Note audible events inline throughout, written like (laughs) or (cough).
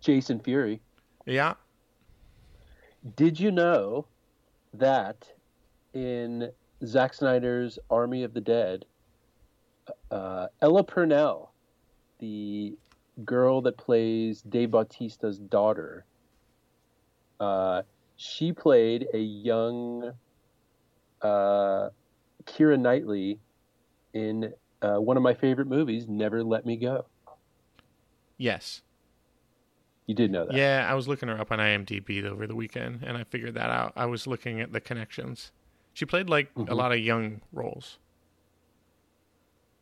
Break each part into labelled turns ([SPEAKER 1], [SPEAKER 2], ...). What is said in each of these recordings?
[SPEAKER 1] Jason Fury.
[SPEAKER 2] Yeah.
[SPEAKER 1] Did you know that in Zack Snyder's Army of the Dead, uh, Ella Purnell, the girl that plays Dave Bautista's daughter, uh, she played a young uh, Kira Knightley in uh, one of my favorite movies, Never Let Me Go.
[SPEAKER 2] Yes.
[SPEAKER 1] You did know that.
[SPEAKER 2] Yeah, I was looking her up on IMDb over the weekend, and I figured that out. I was looking at the connections. She played like
[SPEAKER 1] Mhm.
[SPEAKER 2] a lot of young roles,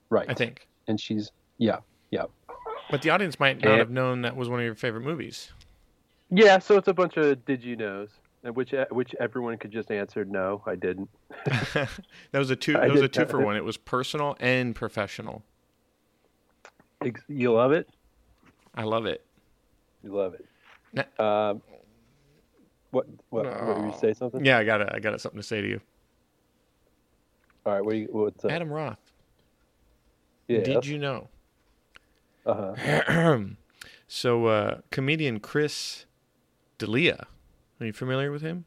[SPEAKER 1] Right.
[SPEAKER 2] I think.
[SPEAKER 1] And she's, yeah, yeah.
[SPEAKER 2] But the audience might not
[SPEAKER 1] And-
[SPEAKER 2] have known that was one of your favorite movies. (laughs)
[SPEAKER 1] Yeah, so it's a bunch of did you knows, and which which everyone could just answer no, I didn't.
[SPEAKER 2] that was a two.
[SPEAKER 1] I
[SPEAKER 2] That was a
[SPEAKER 1] did-
[SPEAKER 2] two for
[SPEAKER 1] I did-
[SPEAKER 2] one. It was personal and professional.
[SPEAKER 1] Ex- You love it.
[SPEAKER 2] I love it.
[SPEAKER 1] You love it.
[SPEAKER 2] Na-
[SPEAKER 1] Um, what what, what were you say something?
[SPEAKER 2] Yeah, I got I got something to say to you.
[SPEAKER 1] All right, what do you, what's up?
[SPEAKER 2] Adam Roth.
[SPEAKER 1] yeah,
[SPEAKER 2] Did you know? (clears throat)
[SPEAKER 1] Uh-huh.
[SPEAKER 2] so uh, comedian Chris D'Elia. Are you familiar with him?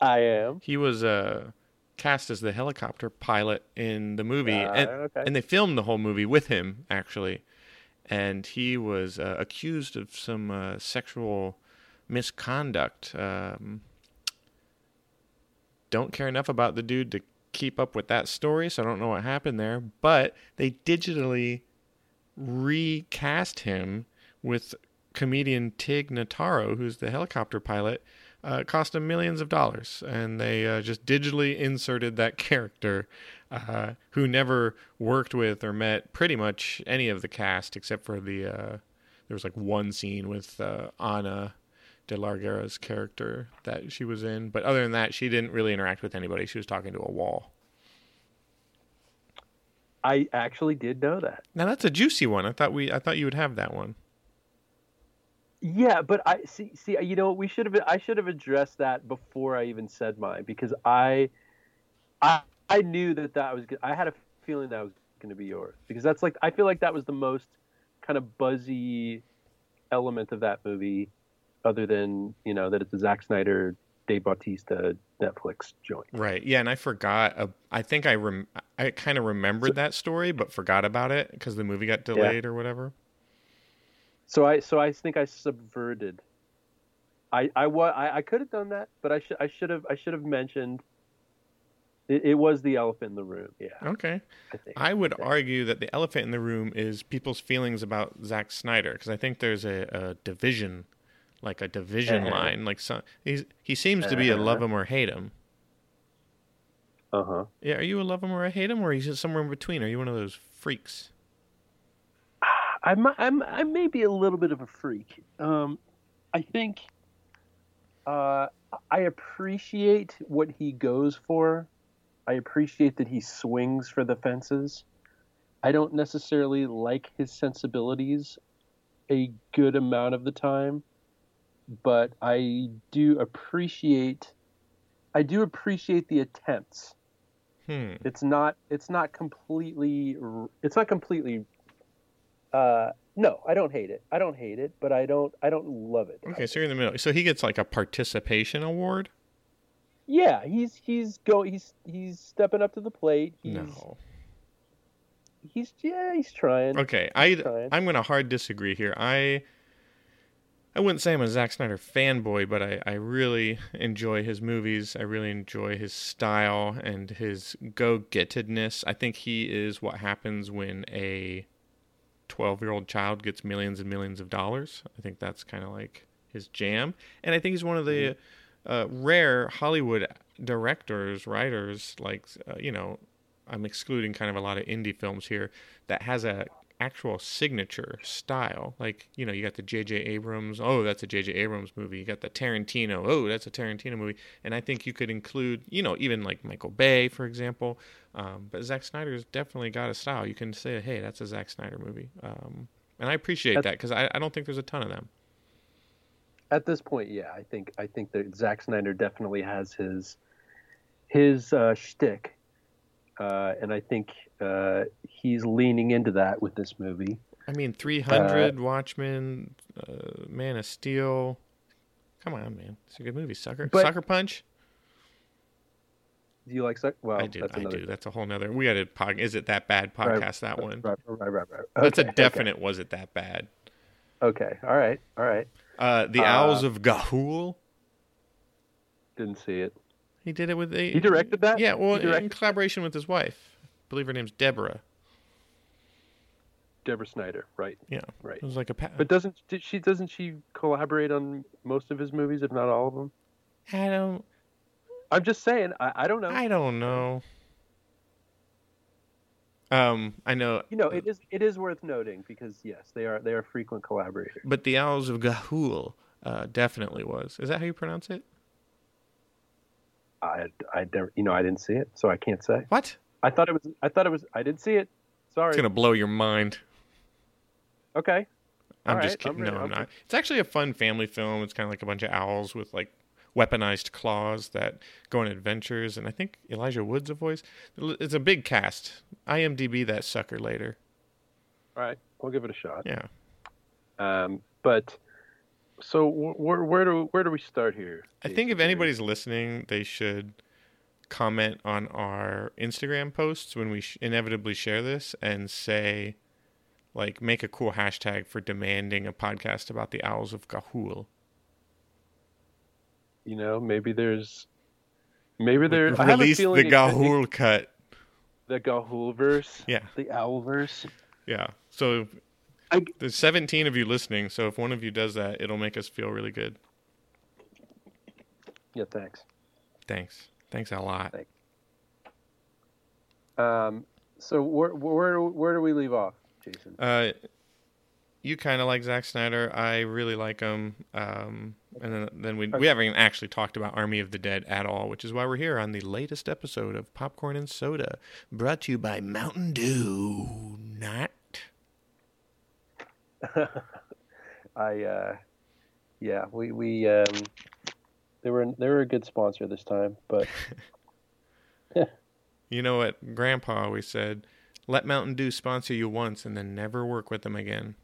[SPEAKER 1] I am.
[SPEAKER 2] He was uh, cast as the helicopter pilot in the movie,
[SPEAKER 1] Ah,
[SPEAKER 2] and,
[SPEAKER 1] okay.
[SPEAKER 2] and they filmed the whole movie with him actually. And he was uh, accused of some uh, sexual misconduct. Um, don't care enough about the dude to keep up with that story, so I don't know what happened there. But they digitally recast him with comedian Tig Notaro, who's the helicopter pilot. Uh, it cost him millions of dollars, and they uh, just digitally inserted that (laughs) character, uh, who never worked with or met pretty much any of the cast except for the. Uh, there was like one scene with uh, Anna de Larguera's character that she was in, but other than that, she didn't really interact with anybody. She was talking to a wall.
[SPEAKER 1] I actually did know that.
[SPEAKER 2] Now that's a juicy one. I thought we, I thought you would have that one.
[SPEAKER 1] Yeah, but I see. See, you know, we should have. I should have addressed that before I even said mine because I, I, I knew that that was. go- I had a feeling that was going to be yours because that's like. I feel like that was the most kind of buzzy element of that movie, other than you know that it's a Zack Snyder, Dave Bautista Netflix joint.
[SPEAKER 2] Right. Yeah, and I forgot. Uh, I think I rem- I kind of remembered that story, but forgot about it because the movie got delayed or whatever.
[SPEAKER 1] So I so I think I subverted. I I wa- I, I could have done that, but I should I should have I should have mentioned. It, it was the elephant in the room. Yeah,
[SPEAKER 2] Okay.
[SPEAKER 1] I think.
[SPEAKER 2] I would
[SPEAKER 1] Okay.
[SPEAKER 2] argue that the elephant in the room is people's feelings about Zack Snyder because I think there's a, a division, like a division
[SPEAKER 1] Uh-huh.
[SPEAKER 2] line. Like some, he's, he seems to be a love
[SPEAKER 1] Uh-huh.
[SPEAKER 2] him or hate him.
[SPEAKER 1] Uh huh.
[SPEAKER 2] Yeah. Are you a love him or a hate him, or are you just somewhere in between? Are you one of those freaks?
[SPEAKER 1] I'm I'm I may be a little bit of a freak. Um, I think. Uh, I appreciate what he goes for. I appreciate that he swings for the fences. I don't necessarily like his sensibilities a good amount of the time, but I do appreciate I do appreciate the attempts.
[SPEAKER 2] Hmm.
[SPEAKER 1] It's not it's not completely r- it's not completely uh no, I don't hate it. I don't hate it, but I don't I don't love it.
[SPEAKER 2] Okay. So you're in the middle. So he gets like a participation award.
[SPEAKER 1] Yeah, he's he's go he's he's stepping up to the plate. He's
[SPEAKER 2] No.
[SPEAKER 1] he's yeah, he's trying.
[SPEAKER 2] Okay, I
[SPEAKER 1] Fine.
[SPEAKER 2] I'm going to hard disagree here. I I wouldn't say I'm a Zack Snyder fanboy, but I I really enjoy his movies. I really enjoy his style and his go-gettedness. I think he is what happens when a 12-year-old child gets millions and millions of dollars. I think that's kind of like his jam, and I think he's one of the uh, rare Hollywood directors, writers, like uh, you know, I'm excluding kind of a lot of indie films here that has a actual signature style. Like you know, you got the J.J. Abrams. Oh, that's a J.J. Abrams movie. You got the Tarantino. Oh, that's a Tarantino movie. And I think you could include you know even like Michael Bay for example. Um, but Zack Snyder's definitely got a style. You can say, hey, that's a Zack Snyder movie. Um, and I appreciate that
[SPEAKER 1] That's-
[SPEAKER 2] 'cause that because I, I don't think there's a ton of them.
[SPEAKER 1] At this point, yeah, I think I think that Zack Snyder definitely has his his uh, shtick, uh, and I think uh, he's leaning into that with this movie.
[SPEAKER 2] I mean, 300, Watchmen, uh, Man of Steel. Come on, man. It's a good movie, Sucker.
[SPEAKER 1] But-
[SPEAKER 2] Sucker Punch?
[SPEAKER 1] Do you like sex? Well,
[SPEAKER 2] I do.
[SPEAKER 1] Oh, That's
[SPEAKER 2] I
[SPEAKER 1] another
[SPEAKER 2] do. That's a whole nother. We got a pod. Is it that bad podcast? that one.
[SPEAKER 1] Right, right, right, right.
[SPEAKER 2] That's
[SPEAKER 1] Okay,
[SPEAKER 2] a definite. Was it that bad?
[SPEAKER 1] Okay. okay. All right. All right.
[SPEAKER 2] Uh, the
[SPEAKER 1] Uh,
[SPEAKER 2] Owls of Gahul.
[SPEAKER 1] Didn't see it.
[SPEAKER 2] He did it with. A,
[SPEAKER 1] He directed that?
[SPEAKER 2] Yeah. Well,
[SPEAKER 1] He directed-
[SPEAKER 2] in collaboration with his wife. I believe her name's Deborah.
[SPEAKER 1] Deborah Snyder. Right.
[SPEAKER 2] Yeah.
[SPEAKER 1] Right.
[SPEAKER 2] It was like a. Pa-
[SPEAKER 1] But doesn't did she doesn't she collaborate on most of his movies, if not all of them?
[SPEAKER 2] I don't.
[SPEAKER 1] I'm just saying. I, I don't know.
[SPEAKER 2] I don't know. Um, I know,
[SPEAKER 1] you know, it is it is worth noting because yes, they are they are frequent collaborators.
[SPEAKER 2] but the Owls of Gahul uh, definitely was. Is that how you pronounce it?
[SPEAKER 1] I I never you know I didn't see it, so I can't say.
[SPEAKER 2] What?
[SPEAKER 1] I thought it was I thought it was I didn't see it. Sorry.
[SPEAKER 2] It's gonna blow your mind.
[SPEAKER 1] Okay.
[SPEAKER 2] I'm
[SPEAKER 1] All
[SPEAKER 2] just
[SPEAKER 1] right, I'm
[SPEAKER 2] kidding.
[SPEAKER 1] ready.
[SPEAKER 2] no, I'm
[SPEAKER 1] I'm
[SPEAKER 2] not. It's actually a fun family film. It's kind of like a bunch of owls with like weaponized claws that go on adventures, and I think Elijah Wood's a voice. It's a big cast. IMDb that sucker later.
[SPEAKER 1] All right. We'll give it a shot.
[SPEAKER 2] Yeah.
[SPEAKER 1] Um, but so wh- where where do where do we start here?
[SPEAKER 2] I think if
[SPEAKER 1] basically?
[SPEAKER 2] anybody's listening, they should comment on our Instagram posts when we sh- inevitably share this and say, like, make a cool hashtag for demanding a podcast about the owls of Gahul.
[SPEAKER 1] you know maybe there's maybe there's I have a
[SPEAKER 2] Release the
[SPEAKER 1] feeling it- I think
[SPEAKER 2] Gahul cut.
[SPEAKER 1] the Gahul verse,
[SPEAKER 2] Yeah.
[SPEAKER 1] the Owl verse.
[SPEAKER 2] Yeah. So
[SPEAKER 1] I-
[SPEAKER 2] there's 17 of you listening. So if one of you does that, it'll make us feel really good.
[SPEAKER 1] Yeah, thanks.
[SPEAKER 2] Thanks. Thanks a lot.
[SPEAKER 1] Um, so where where do- where do we leave off, Jason? (laughs)
[SPEAKER 2] Uh, you kind of like Zack Snyder. I really like him. Um, and then, then we we haven't actually talked about Army of the Dead at all, which is why we're here on the latest episode of Popcorn and Soda, brought to you by Mountain Dew. Not
[SPEAKER 1] I uh, yeah, we we um, they were they were a good sponsor this time, but
[SPEAKER 2] you know what Grandpa always said: let Mountain Dew sponsor you once, and then never work with them again.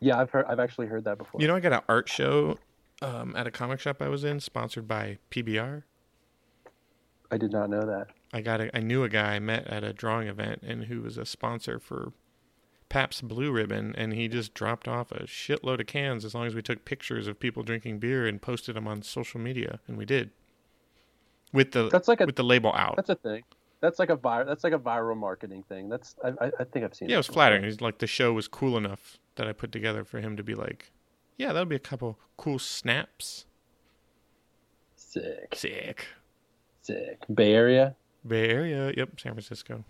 [SPEAKER 1] yeah, I've heard I've actually heard that before.
[SPEAKER 2] You know, I got an art show um, at a comic shop I was in, sponsored by PBR.
[SPEAKER 1] I did not know that.
[SPEAKER 2] I got a, I knew a guy I met at a drawing event and who was a sponsor for Pabst Blue Ribbon and he just dropped off a shitload of cans as long as we took pictures of people drinking beer and posted them on social media and we did with the
[SPEAKER 1] That's like a
[SPEAKER 2] with the label out.
[SPEAKER 1] that's a thing. That's like a vir- that's like a viral marketing thing. That's I, I, I think I've seen.
[SPEAKER 2] Yeah,
[SPEAKER 1] that
[SPEAKER 2] it was
[SPEAKER 1] before.
[SPEAKER 2] flattering. He's like the show was cool enough that I put together for him to be like, yeah, that'll be a couple cool snaps.
[SPEAKER 1] Sick,
[SPEAKER 2] Sick.
[SPEAKER 1] sick. Bay Area.
[SPEAKER 2] Bay Area, yep, San Francisco.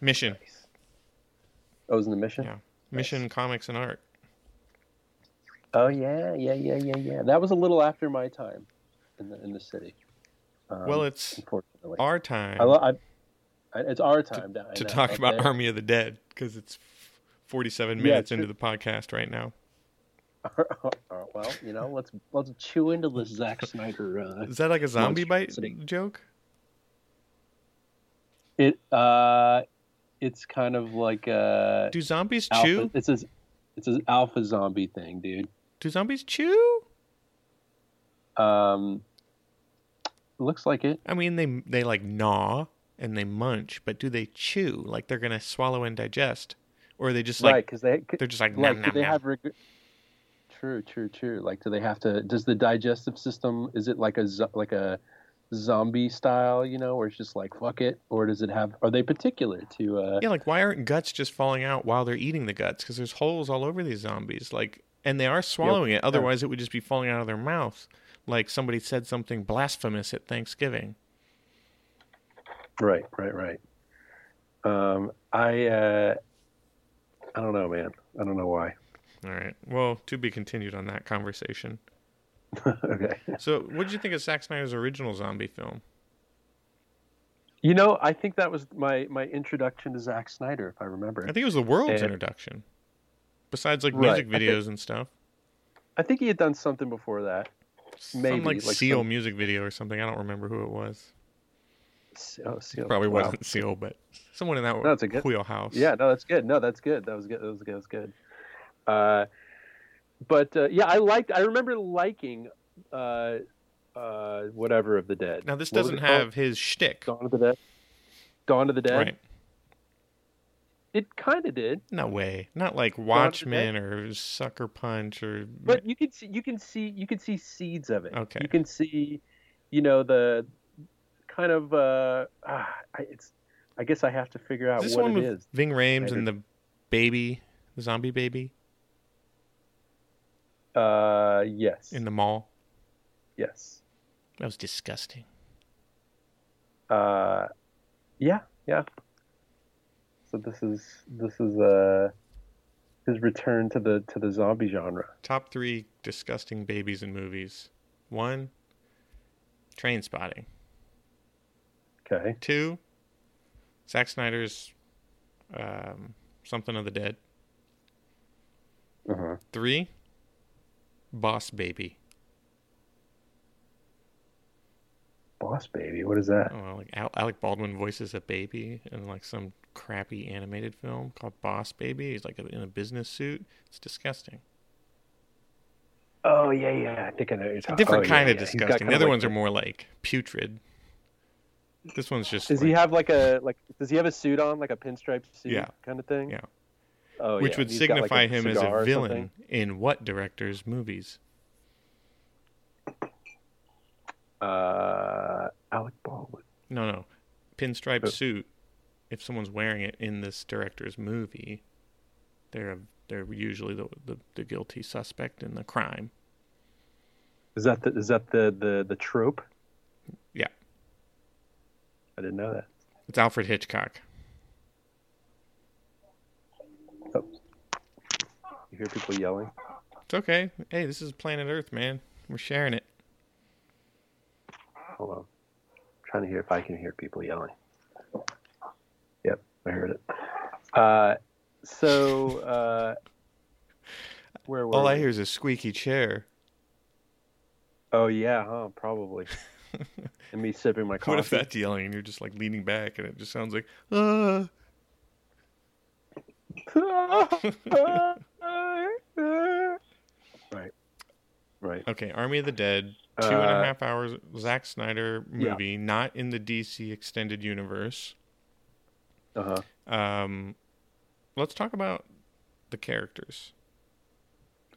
[SPEAKER 2] Mission.
[SPEAKER 1] Nice. I Oh, was in the mission.
[SPEAKER 2] Yeah. Mission Comics and Art.
[SPEAKER 1] Oh yeah, yeah, yeah, yeah, yeah. That was a little after my time in the in the city. Um,
[SPEAKER 2] well, it's
[SPEAKER 1] unfortunately,
[SPEAKER 2] our time.
[SPEAKER 1] I, lo- I, I, it's our time to, I
[SPEAKER 2] to
[SPEAKER 1] know,
[SPEAKER 2] talk
[SPEAKER 1] up
[SPEAKER 2] about
[SPEAKER 1] there.
[SPEAKER 2] Army of the Dead because it's 47
[SPEAKER 1] Yeah,
[SPEAKER 2] minutes
[SPEAKER 1] true.
[SPEAKER 2] into the podcast right now.
[SPEAKER 1] (laughs) Uh, well, you know, let's let's chew into the
[SPEAKER 2] (laughs)
[SPEAKER 1] Zack Snyder. Uh,
[SPEAKER 2] Is that like a zombie bite
[SPEAKER 1] Monstrosity.
[SPEAKER 2] joke?
[SPEAKER 1] it uh, it's kind of like a
[SPEAKER 2] Do zombies
[SPEAKER 1] alpha,
[SPEAKER 2] chew?
[SPEAKER 1] it's a, it's an alpha zombie thing, dude.
[SPEAKER 2] Do zombies chew?
[SPEAKER 1] Um, looks like it.
[SPEAKER 2] I mean, they they like gnaw and they munch, but do they chew? Like they're gonna swallow and digest, or are they just like
[SPEAKER 1] right, because they
[SPEAKER 2] they're just like,
[SPEAKER 1] like
[SPEAKER 2] nom,
[SPEAKER 1] do
[SPEAKER 2] nom,
[SPEAKER 1] they
[SPEAKER 2] nom.
[SPEAKER 1] have reg- true true true like do they have to does the digestive system is it like a zo- like a zombie style you know or it's just like fuck it or does it have are they particular to uh
[SPEAKER 2] yeah? Like why aren't guts just falling out while they're eating the guts? Because there's holes all over these zombies. Like and they are swallowing it. Otherwise, it would just be falling out of their mouth. Like somebody said something blasphemous at Thanksgiving.
[SPEAKER 1] right right right um i uh i don't know man i don't know why (laughs)
[SPEAKER 2] All right. Well, to be continued on that conversation.
[SPEAKER 1] okay
[SPEAKER 2] So, what did you think of Zack Snyder's original zombie film?
[SPEAKER 1] you know i think that was my my introduction to Zack snyder if i remember
[SPEAKER 2] I think it was the world's
[SPEAKER 1] Uh,
[SPEAKER 2] introduction. Besides like
[SPEAKER 1] right,
[SPEAKER 2] music
[SPEAKER 1] I think-
[SPEAKER 2] videos and stuff,
[SPEAKER 1] i think he had done something before that
[SPEAKER 2] some
[SPEAKER 1] Maybe,
[SPEAKER 2] like,
[SPEAKER 1] like
[SPEAKER 2] Seal
[SPEAKER 1] some-
[SPEAKER 2] music video or something. I don't remember who it was.
[SPEAKER 1] Seal, seal.
[SPEAKER 2] Probably
[SPEAKER 1] oh, Wow.
[SPEAKER 2] wasn't Seal, but someone in that
[SPEAKER 1] No, it's a good-
[SPEAKER 2] wheelhouse.
[SPEAKER 1] Yeah, no, that's good. No, that's good. That was good. That was good. That was good. Uh, but uh, yeah, I liked. I remember liking uh, uh, whatever of the dead.
[SPEAKER 2] Now this
[SPEAKER 1] What was
[SPEAKER 2] doesn't
[SPEAKER 1] it called?
[SPEAKER 2] have his shtick,
[SPEAKER 1] Dawn of the Dead. Dawn of the Dead.
[SPEAKER 2] right?
[SPEAKER 1] It kind of did,
[SPEAKER 2] No way. Not like
[SPEAKER 1] Jonathan
[SPEAKER 2] Watchmen or Sucker Punch or.
[SPEAKER 1] but you can see you can see you can see seeds of it.
[SPEAKER 2] Okay.
[SPEAKER 1] You can see, you know, the kind of uh, ah, I- it's. I guess I have to figure out
[SPEAKER 2] Is this
[SPEAKER 1] what
[SPEAKER 2] one
[SPEAKER 1] it
[SPEAKER 2] with
[SPEAKER 1] is.
[SPEAKER 2] Ving Rhames
[SPEAKER 1] Later.
[SPEAKER 2] and the baby, the zombie baby
[SPEAKER 1] Uh, yes.
[SPEAKER 2] in the mall?
[SPEAKER 1] yes.
[SPEAKER 2] That was disgusting.
[SPEAKER 1] uh yeah yeah so this is this is uh his return to the to the zombie genre
[SPEAKER 2] Top three disgusting babies in movies. One, Train Spotting.
[SPEAKER 1] okay
[SPEAKER 2] Two, Zack Snyder's um, Something of the Dead.
[SPEAKER 1] uh-huh.
[SPEAKER 2] Three, Boss Baby.
[SPEAKER 1] boss baby what is that
[SPEAKER 2] Oh, like Al- Alec Baldwin voices a baby in like some crappy animated film called Boss Baby. He's like in a business suit. It's disgusting.
[SPEAKER 1] oh yeah yeah i think i know what you're
[SPEAKER 2] A
[SPEAKER 1] talking
[SPEAKER 2] different
[SPEAKER 1] oh,
[SPEAKER 2] kind
[SPEAKER 1] yeah,
[SPEAKER 2] of
[SPEAKER 1] yeah. He's got
[SPEAKER 2] disgusting.
[SPEAKER 1] kind
[SPEAKER 2] The
[SPEAKER 1] of
[SPEAKER 2] other
[SPEAKER 1] like-
[SPEAKER 2] ones are more like putrid. This one's just
[SPEAKER 1] does
[SPEAKER 2] like-
[SPEAKER 1] he have like a like does he have a suit on like a pinstripe suit
[SPEAKER 2] Yeah.
[SPEAKER 1] kind of thing
[SPEAKER 2] Yeah.
[SPEAKER 1] oh
[SPEAKER 2] which
[SPEAKER 1] yeah.
[SPEAKER 2] would
[SPEAKER 1] He's got,
[SPEAKER 2] signify
[SPEAKER 1] like, a
[SPEAKER 2] him as
[SPEAKER 1] cigar
[SPEAKER 2] a
[SPEAKER 1] or
[SPEAKER 2] villain
[SPEAKER 1] something.
[SPEAKER 2] in what director's movies?
[SPEAKER 1] uh alec baldwin
[SPEAKER 2] No, no, pinstripe
[SPEAKER 1] Oh.
[SPEAKER 2] suit. If someone's wearing it in this director's movie, they're they're usually the the, the guilty suspect in the crime.
[SPEAKER 1] is that the is that the the the trope
[SPEAKER 2] Yeah.
[SPEAKER 1] i didn't know that
[SPEAKER 2] It's Alfred Hitchcock.
[SPEAKER 1] you hear people yelling
[SPEAKER 2] It's okay. Hey, this is planet Earth, man. We're sharing it.
[SPEAKER 1] Hold on. I'm trying to hear if I can hear people yelling. Yep, I heard it. Uh, so, uh, where were
[SPEAKER 2] All I
[SPEAKER 1] we?
[SPEAKER 2] hear is a squeaky chair.
[SPEAKER 1] Oh, yeah, huh?
[SPEAKER 2] (laughs)
[SPEAKER 1] Probably. and me sipping my coffee.
[SPEAKER 2] (laughs) What if that's yelling and you're just like leaning back and it just sounds (laughs) like, uh,
[SPEAKER 1] (laughs) right. Right.
[SPEAKER 2] Okay, Army of the Dead, two and a half
[SPEAKER 1] Uh,
[SPEAKER 2] hours Zack Snyder
[SPEAKER 1] Yeah.
[SPEAKER 2] movie, not in the DC extended universe.
[SPEAKER 1] Uh huh.
[SPEAKER 2] Um, let's talk about the characters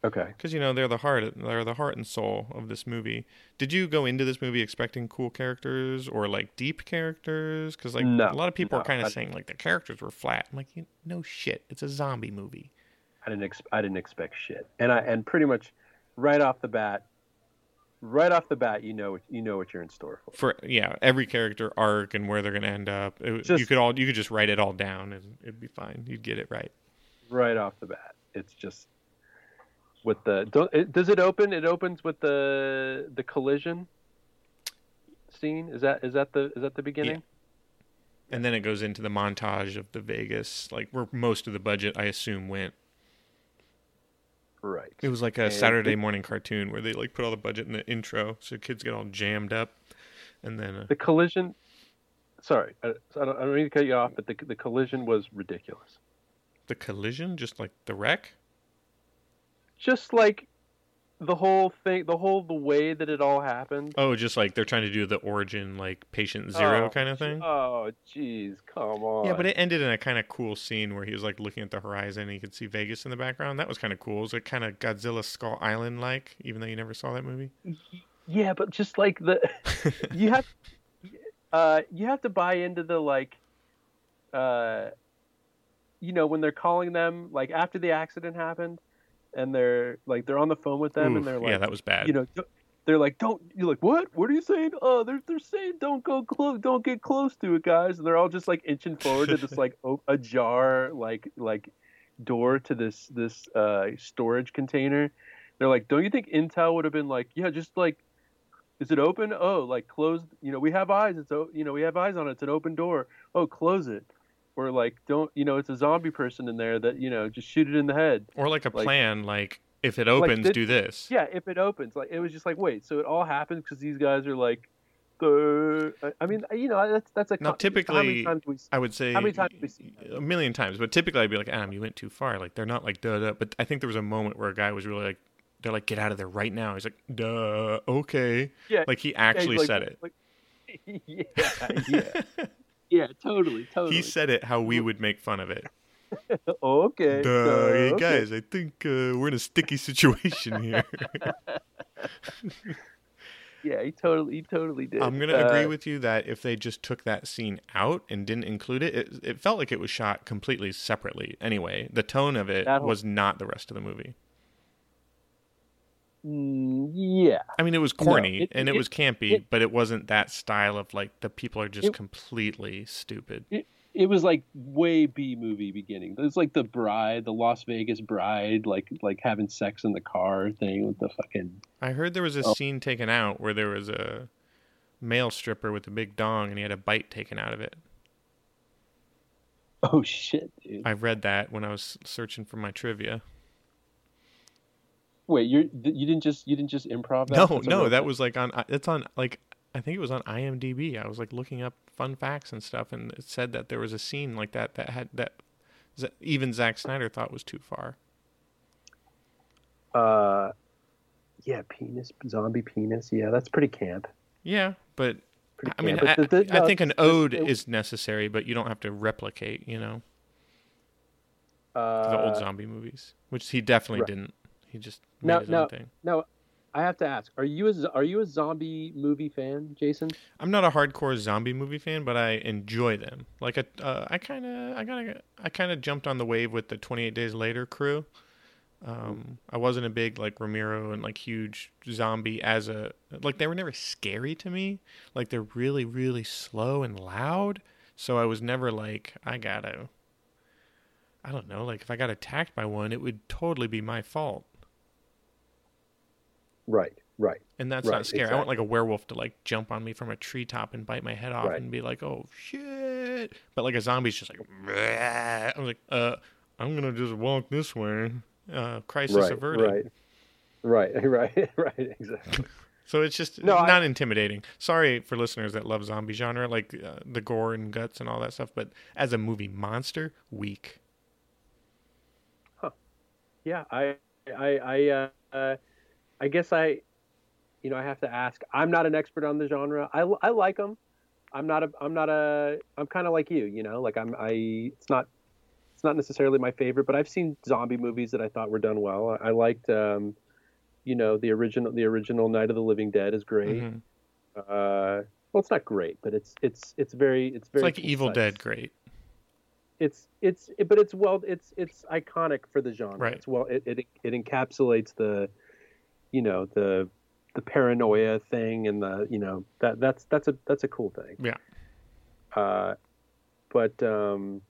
[SPEAKER 1] Okay.
[SPEAKER 2] because you know they're the heart, they're the heart and soul of this movie. Did you go into this movie expecting cool characters or like deep characters? Because like
[SPEAKER 1] No,
[SPEAKER 2] a lot of people are
[SPEAKER 1] no,
[SPEAKER 2] kind
[SPEAKER 1] I-
[SPEAKER 2] of saying like the characters were flat. I'm like, you, no shit, it's a zombie movie.
[SPEAKER 1] I didn't ex- I didn't expect shit, and I and pretty much right off the bat, right off the bat, you know what you know what you're in store for.
[SPEAKER 2] For yeah, every character arc and where they're gonna end up. It, you
[SPEAKER 1] Just-
[SPEAKER 2] could all you could just write it all down and it'd be fine. You'd get it right.
[SPEAKER 1] right off the bat. It's just with the don't, it, does it open? It opens with the the collision scene. Is that is that the is that the beginning?
[SPEAKER 2] and then it goes into the montage of the Vegas, like where most of the budget, I assume, went.
[SPEAKER 1] Right.
[SPEAKER 2] It was like a
[SPEAKER 1] And-
[SPEAKER 2] Saturday morning cartoon where they like put all the budget in the intro, so kids get all jammed up, and then uh,
[SPEAKER 1] The collision. Sorry, I, I, don't, I don't mean to cut you off, but the the collision was ridiculous.
[SPEAKER 2] the collision, just like the wreck.
[SPEAKER 1] Just like the whole thing, the whole the way that it all happened.
[SPEAKER 2] Oh, just like they're trying to do the origin, like patient zero
[SPEAKER 1] Oh,
[SPEAKER 2] kind of thing.
[SPEAKER 1] Oh, jeez, come on.
[SPEAKER 2] Yeah, but it ended in a kind of cool scene where he was like looking at the horizon and he could see Vegas in the background. That was kind of cool. It was like kind of Godzilla Skull Island like, even though you never saw that movie.
[SPEAKER 1] yeah, but just like
[SPEAKER 2] (laughs)
[SPEAKER 1] the. you have uh, you have to buy into the like uh, you know when they're calling them like after the accident happened and they're like they're on the phone with them
[SPEAKER 2] Oof,
[SPEAKER 1] and they're like
[SPEAKER 2] yeah, that was bad.
[SPEAKER 1] you know don't- they're like don't you're like what what are you saying oh they're, they're saying don't go close don't get close to it guys and they're all just like inching forward to this like o- ajar like like door to this this uh storage container they're like don't you think intel would have been like yeah just like is it open oh like closed you know we have eyes it's o- you know we have eyes on it it's an open door oh close it or like don't you know it's a zombie person in there that you know just shoot it in the head
[SPEAKER 2] or like a
[SPEAKER 1] like-
[SPEAKER 2] plan, like if it opens,
[SPEAKER 1] did-
[SPEAKER 2] do this.
[SPEAKER 1] yeah, if it opens, like it was just like wait, so it all happens because these guys are like, Arthur. I, I mean, you know, that's that's a
[SPEAKER 2] Now,
[SPEAKER 1] con- how many
[SPEAKER 2] typically,
[SPEAKER 1] times do we see-
[SPEAKER 2] I would say
[SPEAKER 1] how many times have we seen
[SPEAKER 2] a million times, but typically I'd be like, Adam, you went too far. Like they're not like duh duh. But I think there was a moment where a guy was really like, they're like, get out of there right now. He's like, duh, okay.
[SPEAKER 1] Yeah,
[SPEAKER 2] Like he
[SPEAKER 1] yeah, he's
[SPEAKER 2] actually
[SPEAKER 1] like- (laughs)
[SPEAKER 2] said it.
[SPEAKER 1] like- yeah, yeah,
[SPEAKER 2] (laughs)
[SPEAKER 1] yeah, totally, totally.
[SPEAKER 2] he said it how we would make fun of it.
[SPEAKER 1] okay,
[SPEAKER 2] Duh,
[SPEAKER 1] so,
[SPEAKER 2] hey
[SPEAKER 1] okay.
[SPEAKER 2] guys, I think uh, we're in a sticky
[SPEAKER 1] (laughs)
[SPEAKER 2] situation here.
[SPEAKER 1] Yeah, he totally, he totally did.
[SPEAKER 2] I'm gonna agree
[SPEAKER 1] Uh,
[SPEAKER 2] with you that if they just took that scene out and didn't include it, it, it felt like it was shot completely separately. Anyway, the tone of it
[SPEAKER 1] That whole-
[SPEAKER 2] was not the rest of the movie.
[SPEAKER 1] mm, yeah,
[SPEAKER 2] I mean, it was corny
[SPEAKER 1] it-
[SPEAKER 2] and it,
[SPEAKER 1] it-
[SPEAKER 2] was campy,
[SPEAKER 1] it-
[SPEAKER 2] but it wasn't that style of like the people are just
[SPEAKER 1] It-
[SPEAKER 2] completely stupid.
[SPEAKER 1] it was like way B movie beginning. It's like the bride, the Las Vegas bride, like like having sex in the car thing with the fucking.
[SPEAKER 2] I heard there was a
[SPEAKER 1] Oh.
[SPEAKER 2] scene taken out where there was a male stripper with a big dong and he had a bite taken out of it.
[SPEAKER 1] Oh shit, dude!
[SPEAKER 2] I read that when I was searching for my trivia.
[SPEAKER 1] Wait, you you didn't just you didn't just improv that?
[SPEAKER 2] no,
[SPEAKER 1] That's a
[SPEAKER 2] no,
[SPEAKER 1] real-
[SPEAKER 2] that was like on. uh, It's on like I think it was on IMDb. I was like looking up fun facts and stuff, and it said that there was a scene like that that had that, Z- even Zack Snyder thought was too far.
[SPEAKER 1] Uh, yeah, penis, zombie penis. Yeah, that's pretty camp.
[SPEAKER 2] Yeah, but
[SPEAKER 1] Pretty
[SPEAKER 2] I mean,
[SPEAKER 1] camp.
[SPEAKER 2] I,
[SPEAKER 1] But the- the-
[SPEAKER 2] I
[SPEAKER 1] no,
[SPEAKER 2] think an
[SPEAKER 1] the-
[SPEAKER 2] ode
[SPEAKER 1] the-
[SPEAKER 2] is necessary, but you don't have to replicate. You know
[SPEAKER 1] uh,
[SPEAKER 2] the old zombie movies, which he definitely
[SPEAKER 1] right.
[SPEAKER 2] didn't. He just made
[SPEAKER 1] Now-
[SPEAKER 2] his
[SPEAKER 1] now-
[SPEAKER 2] own thing.
[SPEAKER 1] No, I have to ask: Are you a z- are you a zombie movie fan, Jason?
[SPEAKER 2] I'm not a hardcore zombie movie fan, but I enjoy them. Like a, uh, I kind of, I kind of, I kind of jumped on the wave with the 28 Days Later crew. Um, I wasn't a big like Ramiro and like huge zombie as a like they were never scary to me. Like they're really really slow and loud, so I was never like I gotta. I don't know. Like if I got attacked by one, it would totally be my fault,
[SPEAKER 1] Right, right.
[SPEAKER 2] and that's
[SPEAKER 1] Right,
[SPEAKER 2] not scary. I want like a werewolf to like jump on me from a treetop and bite my head off
[SPEAKER 1] Right.
[SPEAKER 2] and be like, "Oh shit!" But like a zombie's just like, "Bleh." I'm like, "Uh, I'm gonna just walk this way." Uh, crisis
[SPEAKER 1] right,
[SPEAKER 2] averted.
[SPEAKER 1] Right, (laughs) right, right, right, exactly.
[SPEAKER 2] So it's just
[SPEAKER 1] No, I-
[SPEAKER 2] not intimidating. Sorry for listeners that love zombie genre, like uh, the gore and guts and all that stuff. But as a movie monster, weak.
[SPEAKER 1] yeah, I, I, I, uh, uh, I guess I, you know, I have to ask. I'm not an expert on the genre. I, I like them. I'm not a, I'm not a, I'm kind of like you, you know, like I'm, I, it's not, it's not necessarily my favorite, but I've seen zombie movies that I thought were done well. I, I liked, um, you know, the original, the original Night of the Living Dead is great.
[SPEAKER 2] Mhm.
[SPEAKER 1] Uh, well, it's not great, but it's, it's, it's very, it's
[SPEAKER 2] It's
[SPEAKER 1] very.
[SPEAKER 2] like Evil
[SPEAKER 1] concise.
[SPEAKER 2] Dead, great.
[SPEAKER 1] it's it's but it's well it's it's iconic for the genre
[SPEAKER 2] Right.
[SPEAKER 1] it's well it, it it encapsulates the you know the the paranoia thing and the you know that that's that's a that's a cool thing
[SPEAKER 2] Yeah.
[SPEAKER 1] uh but um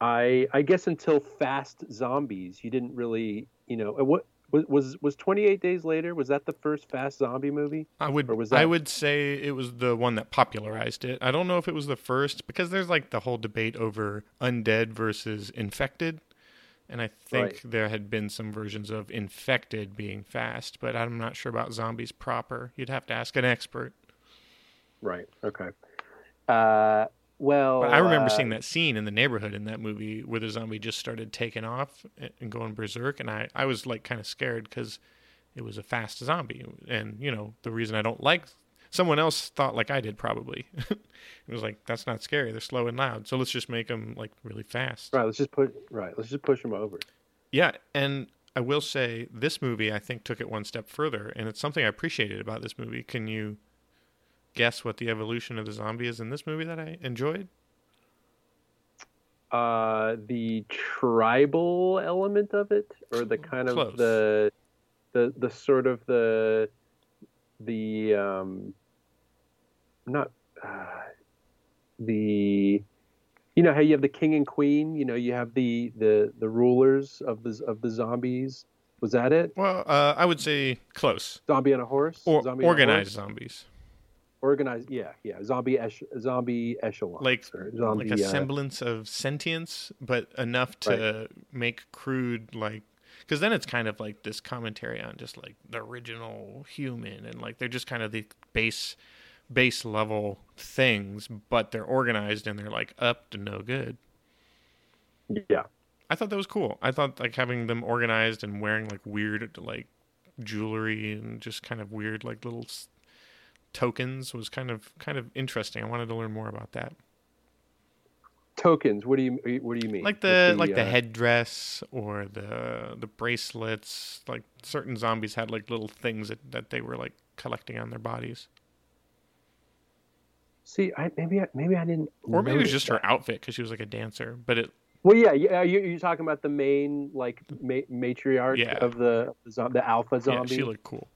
[SPEAKER 1] i i guess until fast zombies you didn't really you know uh, what was was was 28 days later was that the first fast zombie movie
[SPEAKER 2] I would
[SPEAKER 1] Or was
[SPEAKER 2] I
[SPEAKER 1] that-
[SPEAKER 2] would say it was the one that popularized it. I don't know if it was the first because there's like the whole debate over undead versus infected. And I think
[SPEAKER 1] Right.
[SPEAKER 2] there had been some versions of infected being fast, but I'm not sure about zombies proper. You'd have to ask an expert.
[SPEAKER 1] right okay uh well
[SPEAKER 2] But I remember
[SPEAKER 1] uh,
[SPEAKER 2] seeing that scene in the neighborhood in that movie where the zombie just started taking off and going berserk, and I, I was like kind of scared because it was a fast zombie, and you know the reason I don't like someone else thought like I did probably. (laughs) it was like that's not scary. They're slow and loud, so let's just make them like really fast.
[SPEAKER 1] right let's just put right let's just push them over
[SPEAKER 2] Yeah, and I will say this movie I think took it one step further, and it's something I appreciated about this movie. Can you guess what the evolution of the zombie is in this movie that I enjoyed?
[SPEAKER 1] uh the tribal element of it or the kind of
[SPEAKER 2] Close.
[SPEAKER 1] the the the sort of the the um not uh, the you know how you have the king and queen you know you have the the the rulers of the of the zombies was that it
[SPEAKER 2] Well, uh, I would say close.
[SPEAKER 1] zombie on a horse
[SPEAKER 2] Or
[SPEAKER 1] zombie on a
[SPEAKER 2] organized
[SPEAKER 1] horse?
[SPEAKER 2] zombies,
[SPEAKER 1] organized yeah yeah zombie esh- zombie echelon
[SPEAKER 2] like
[SPEAKER 1] or zombie
[SPEAKER 2] like a
[SPEAKER 1] uh,
[SPEAKER 2] semblance of sentience, but enough to make crude like. Because then it's kind of like this commentary on just like the original human, and like they're just kind of the base base level things, but they're organized and they're like up to no good.
[SPEAKER 1] Yeah.
[SPEAKER 2] I thought that was cool. I thought like having them organized and wearing like weird like jewelry and just kind of weird like little s- tokens was kind of kind of interesting. I wanted to learn more about that.
[SPEAKER 1] Tokens. What do you What do you mean?
[SPEAKER 2] Like the,
[SPEAKER 1] With
[SPEAKER 2] like the
[SPEAKER 1] uh,
[SPEAKER 2] headdress or the the bracelets. Like certain zombies had like little things that, that they were like collecting on their bodies.
[SPEAKER 1] See, I, maybe I, maybe I didn't.
[SPEAKER 2] Or maybe it was
[SPEAKER 1] notice
[SPEAKER 2] just
[SPEAKER 1] that.
[SPEAKER 2] her outfit because she was like a dancer. But it
[SPEAKER 1] Well, yeah, yeah. You, you're talking about the main like ma- matriarch
[SPEAKER 2] Yeah.
[SPEAKER 1] of the the zo- the alpha
[SPEAKER 2] yeah,
[SPEAKER 1] zombie.
[SPEAKER 2] she looked cool.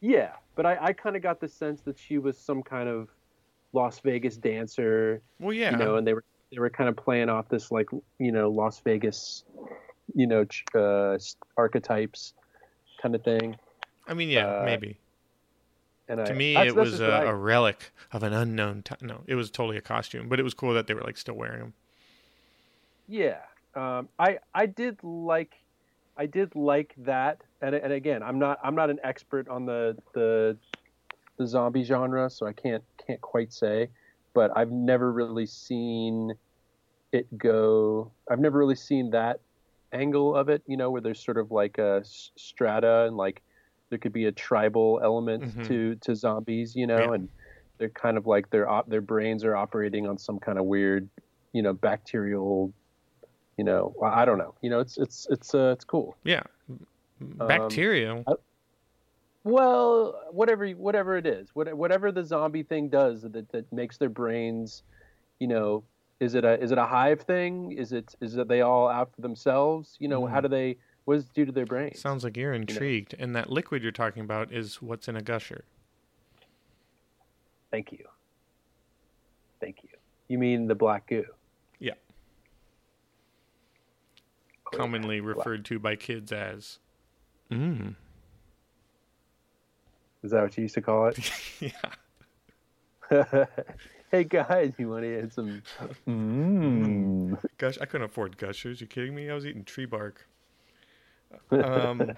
[SPEAKER 1] Yeah, but I, I kind of got the sense that she was some kind of Las Vegas dancer,
[SPEAKER 2] Well, yeah,
[SPEAKER 1] you know, and they were they were kind of playing off this like you know Las Vegas, you know, ch- uh, s- archetypes kind of thing.
[SPEAKER 2] I mean, yeah,
[SPEAKER 1] uh,
[SPEAKER 2] maybe.
[SPEAKER 1] And
[SPEAKER 2] to
[SPEAKER 1] I,
[SPEAKER 2] me
[SPEAKER 1] that's-
[SPEAKER 2] it
[SPEAKER 1] that's
[SPEAKER 2] was uh,
[SPEAKER 1] just
[SPEAKER 2] a,
[SPEAKER 1] what I-
[SPEAKER 2] a relic of an unknown time no it was totally a costume but it was cool that they were like still wearing them
[SPEAKER 1] Yeah, um, I I did like I did like that, and and again, I'm not I'm not an expert on the the the zombie genre, so I can't can't quite say, but I've never really seen it go. I've never really seen that angle of it, you know, where there's sort of like a s- strata and like there could be a tribal element
[SPEAKER 2] Mhm.
[SPEAKER 1] to to zombies, you know,
[SPEAKER 2] Yeah.
[SPEAKER 1] and they're kind of like their op- their brains are operating on some kind of weird, you know, bacterial, you know, I I don't know, you know, it's it's it's uh, it's cool.
[SPEAKER 2] yeah bacteria
[SPEAKER 1] Um, Well, whatever whatever it is, what, whatever the zombie thing does that, that makes their brains, you know, is it a is it a hive thing? Is it is it they all out for themselves? You know,
[SPEAKER 2] Mhm.
[SPEAKER 1] how do they? What does it do to their brains?
[SPEAKER 2] sounds like you're intrigued and that liquid you're talking about is what's in a gusher
[SPEAKER 1] Oh, Thank you. Thank you. You mean the black goo?
[SPEAKER 2] Yeah.
[SPEAKER 1] Oh,
[SPEAKER 2] commonly referred to by kids as mm.
[SPEAKER 1] Is that what you used to call it?
[SPEAKER 2] (laughs)
[SPEAKER 1] (laughs)
[SPEAKER 2] yeah
[SPEAKER 1] hey guys, you want to add some? Mmm.
[SPEAKER 2] gosh i couldn't afford gushers you kidding me i was eating tree bark
[SPEAKER 1] (laughs)
[SPEAKER 2] um,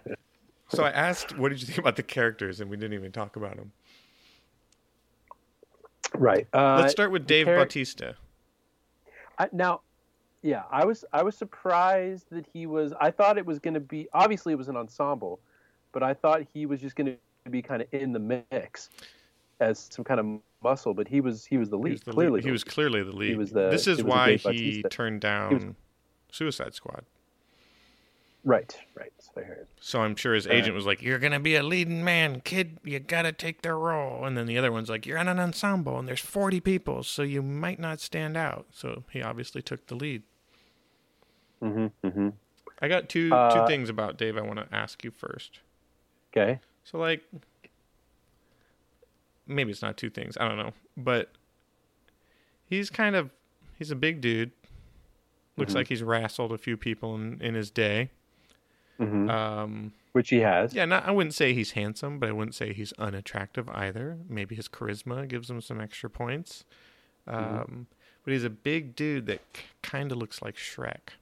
[SPEAKER 2] so i asked what did you think about the characters and we didn't even talk about them
[SPEAKER 1] (laughs) Right. Uh,
[SPEAKER 2] let's start with dave
[SPEAKER 1] charac-
[SPEAKER 2] bautista
[SPEAKER 1] I, now, yeah, I was I was surprised that he was. I thought it was going to be obviously it was an ensemble, but I thought he was just going to be kind of in the mix as some kind of muscle. But he was he was the lead
[SPEAKER 2] He was the
[SPEAKER 1] clearly.
[SPEAKER 2] lead.
[SPEAKER 1] the
[SPEAKER 2] He was clearly the lead.
[SPEAKER 1] was the-
[SPEAKER 2] this
[SPEAKER 1] he
[SPEAKER 2] is
[SPEAKER 1] was the
[SPEAKER 2] why
[SPEAKER 1] Dave
[SPEAKER 2] he
[SPEAKER 1] Bautista.
[SPEAKER 2] turned down Suicide Squad.
[SPEAKER 1] right, right. That's what I heard.
[SPEAKER 2] So I'm sure his
[SPEAKER 1] Right.
[SPEAKER 2] agent was like, "You're gonna be a leading man, kid. You gotta take the role." And then the other one's like, "You're on an ensemble, and there's 40 people, so you might not stand out." So he obviously took the lead.
[SPEAKER 1] Mm-hmm, mm-hmm.
[SPEAKER 2] I got two two
[SPEAKER 1] Uh,
[SPEAKER 2] things about Dave I want to ask you first.
[SPEAKER 1] Okay.
[SPEAKER 2] So like, maybe it's not two things. I don't know, but he's kind of he's a big dude. Looks like he's rassled a few people in, in his day.
[SPEAKER 1] hmm
[SPEAKER 2] Um,
[SPEAKER 1] Which he has.
[SPEAKER 2] yeah, not, I wouldn't say he's handsome, but I wouldn't say he's unattractive either. Maybe his charisma gives him some extra points. Um,
[SPEAKER 1] Mm-hmm.
[SPEAKER 2] But he's a big dude that kind of looks like Shrek.